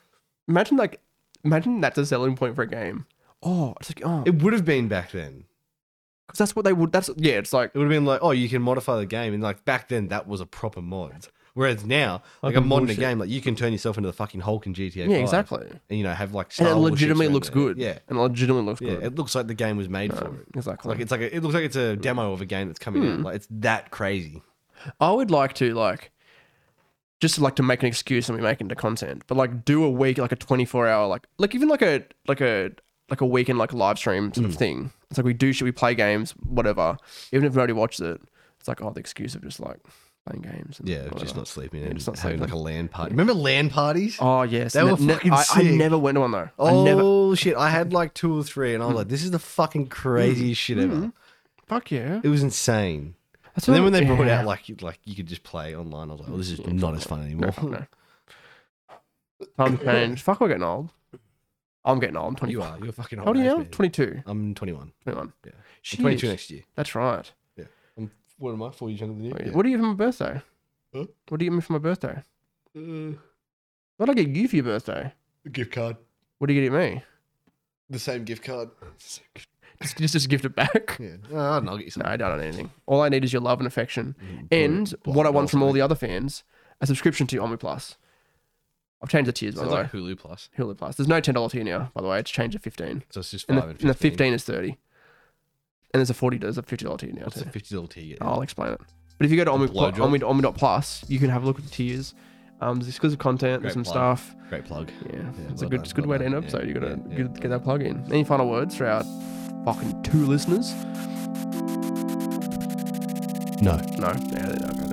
[SPEAKER 1] Imagine like imagine that's a selling point for a game. Oh, it's like oh,
[SPEAKER 2] It would have been back then.
[SPEAKER 1] because that's what they would. That's yeah. It's like
[SPEAKER 2] It would have been like, oh, you can modify the game, and like back then that was a proper mod. Whereas now, like a
[SPEAKER 1] Fucking
[SPEAKER 2] mod in a
[SPEAKER 1] bullshit.
[SPEAKER 2] game, like you can turn yourself into the fucking Hulk in GTA.
[SPEAKER 1] yeah,
[SPEAKER 2] 5.
[SPEAKER 1] exactly.
[SPEAKER 2] and you know have like
[SPEAKER 1] And
[SPEAKER 2] Star
[SPEAKER 1] it
[SPEAKER 2] Wars ships
[SPEAKER 1] legitimately
[SPEAKER 2] around
[SPEAKER 1] looks
[SPEAKER 2] there.
[SPEAKER 1] good.
[SPEAKER 2] Yeah,
[SPEAKER 1] and it legitimately looks
[SPEAKER 2] yeah.
[SPEAKER 1] good. Hmm.
[SPEAKER 2] It looks like the game was made for it.
[SPEAKER 1] exactly.
[SPEAKER 2] Like it's like a, it looks like it's a demo of a game that's coming
[SPEAKER 1] Hmm.
[SPEAKER 2] out. Like it's that crazy.
[SPEAKER 1] I would like to like just like to make an excuse and we make into content, but like do a week like a twenty four hour like like even like a like a like a weekend like live stream
[SPEAKER 2] Mm.
[SPEAKER 1] sort of thing. It's like we do shit, we play games, whatever. Even if nobody watches it, it's like oh the excuse of just like playing games. And
[SPEAKER 2] Yeah,
[SPEAKER 1] whatever.
[SPEAKER 2] just not sleeping and
[SPEAKER 1] just not
[SPEAKER 2] having
[SPEAKER 1] sleeping.
[SPEAKER 2] like a land party. Remember land parties?
[SPEAKER 1] Oh yes,
[SPEAKER 2] They were fucking
[SPEAKER 1] I, I
[SPEAKER 2] sick.
[SPEAKER 1] never went to one though.
[SPEAKER 2] Oh
[SPEAKER 1] I never. Hmm.
[SPEAKER 2] shit! I had like two or three, and I was like, "This is the fucking craziest shit ever."
[SPEAKER 1] Fuck yeah.
[SPEAKER 2] It was insane.
[SPEAKER 1] That's
[SPEAKER 2] And then
[SPEAKER 1] what-
[SPEAKER 2] when they brought
[SPEAKER 1] yeah.
[SPEAKER 2] out like you- like you could just play online, I was like, "Oh, this is not as fun anymore."
[SPEAKER 1] Fuck no. Time change. Fuck, we're getting old. I'm getting old. I'm 20.
[SPEAKER 2] you are. You're fucking.
[SPEAKER 1] How old are you
[SPEAKER 2] old
[SPEAKER 1] now?
[SPEAKER 2] ass man.
[SPEAKER 1] 22.
[SPEAKER 2] I'm 21.
[SPEAKER 1] 21.
[SPEAKER 2] Yeah. I'm
[SPEAKER 1] Shit.
[SPEAKER 2] 22 next year.
[SPEAKER 1] That's right.
[SPEAKER 2] I'm, what am I? Four years younger than you.
[SPEAKER 1] Wait,
[SPEAKER 2] Yeah.
[SPEAKER 1] What do you give me for my birthday?
[SPEAKER 2] Huh?
[SPEAKER 1] What do you give me for my birthday?
[SPEAKER 2] Uh,
[SPEAKER 1] What did I get you for your birthday?
[SPEAKER 2] gift card.
[SPEAKER 1] What do you get me?
[SPEAKER 2] The same gift card.
[SPEAKER 1] Just, just, just gift it back.
[SPEAKER 2] Yeah. Uh, I don't know. I'll get
[SPEAKER 1] No,
[SPEAKER 2] you something.
[SPEAKER 1] I don't want anything. All I need is your love and affection.
[SPEAKER 2] Mm,
[SPEAKER 1] And
[SPEAKER 2] blue-
[SPEAKER 1] what I
[SPEAKER 2] blue
[SPEAKER 1] want from all
[SPEAKER 2] something.
[SPEAKER 1] the other fans a subscription to Omni Plus. I've changed the tiers by
[SPEAKER 3] Sounds
[SPEAKER 1] the
[SPEAKER 3] like
[SPEAKER 1] way.
[SPEAKER 3] Hulu Plus.
[SPEAKER 1] Hulu Plus. There's no ten dollar tier now, by the way. It's changed to fifteen.
[SPEAKER 2] So it's just
[SPEAKER 1] And
[SPEAKER 2] five
[SPEAKER 1] the,
[SPEAKER 2] and,
[SPEAKER 1] and the fifteen is thirty. And there's a forty. There's a fifty dollar tier now.
[SPEAKER 2] What's
[SPEAKER 1] too.
[SPEAKER 2] the fifty dollar tier?
[SPEAKER 1] I'll explain it. But if you go to Omni,
[SPEAKER 2] The blowjob?
[SPEAKER 1] Omni, Omni dot Plus, you can have a look at the tiers. Um, there's exclusive content, there's some
[SPEAKER 2] Great plug.
[SPEAKER 1] stuff.
[SPEAKER 2] Great plug.
[SPEAKER 1] Yeah, it's
[SPEAKER 2] well
[SPEAKER 1] a good,
[SPEAKER 2] done,
[SPEAKER 1] it's a good
[SPEAKER 2] well
[SPEAKER 1] way to end
[SPEAKER 2] done.
[SPEAKER 1] up. So
[SPEAKER 2] Yeah,
[SPEAKER 1] you gotta
[SPEAKER 2] yeah,
[SPEAKER 1] get- get that plug in. Any final words for our fucking two listeners?
[SPEAKER 2] No.
[SPEAKER 1] No, yeah, they don't.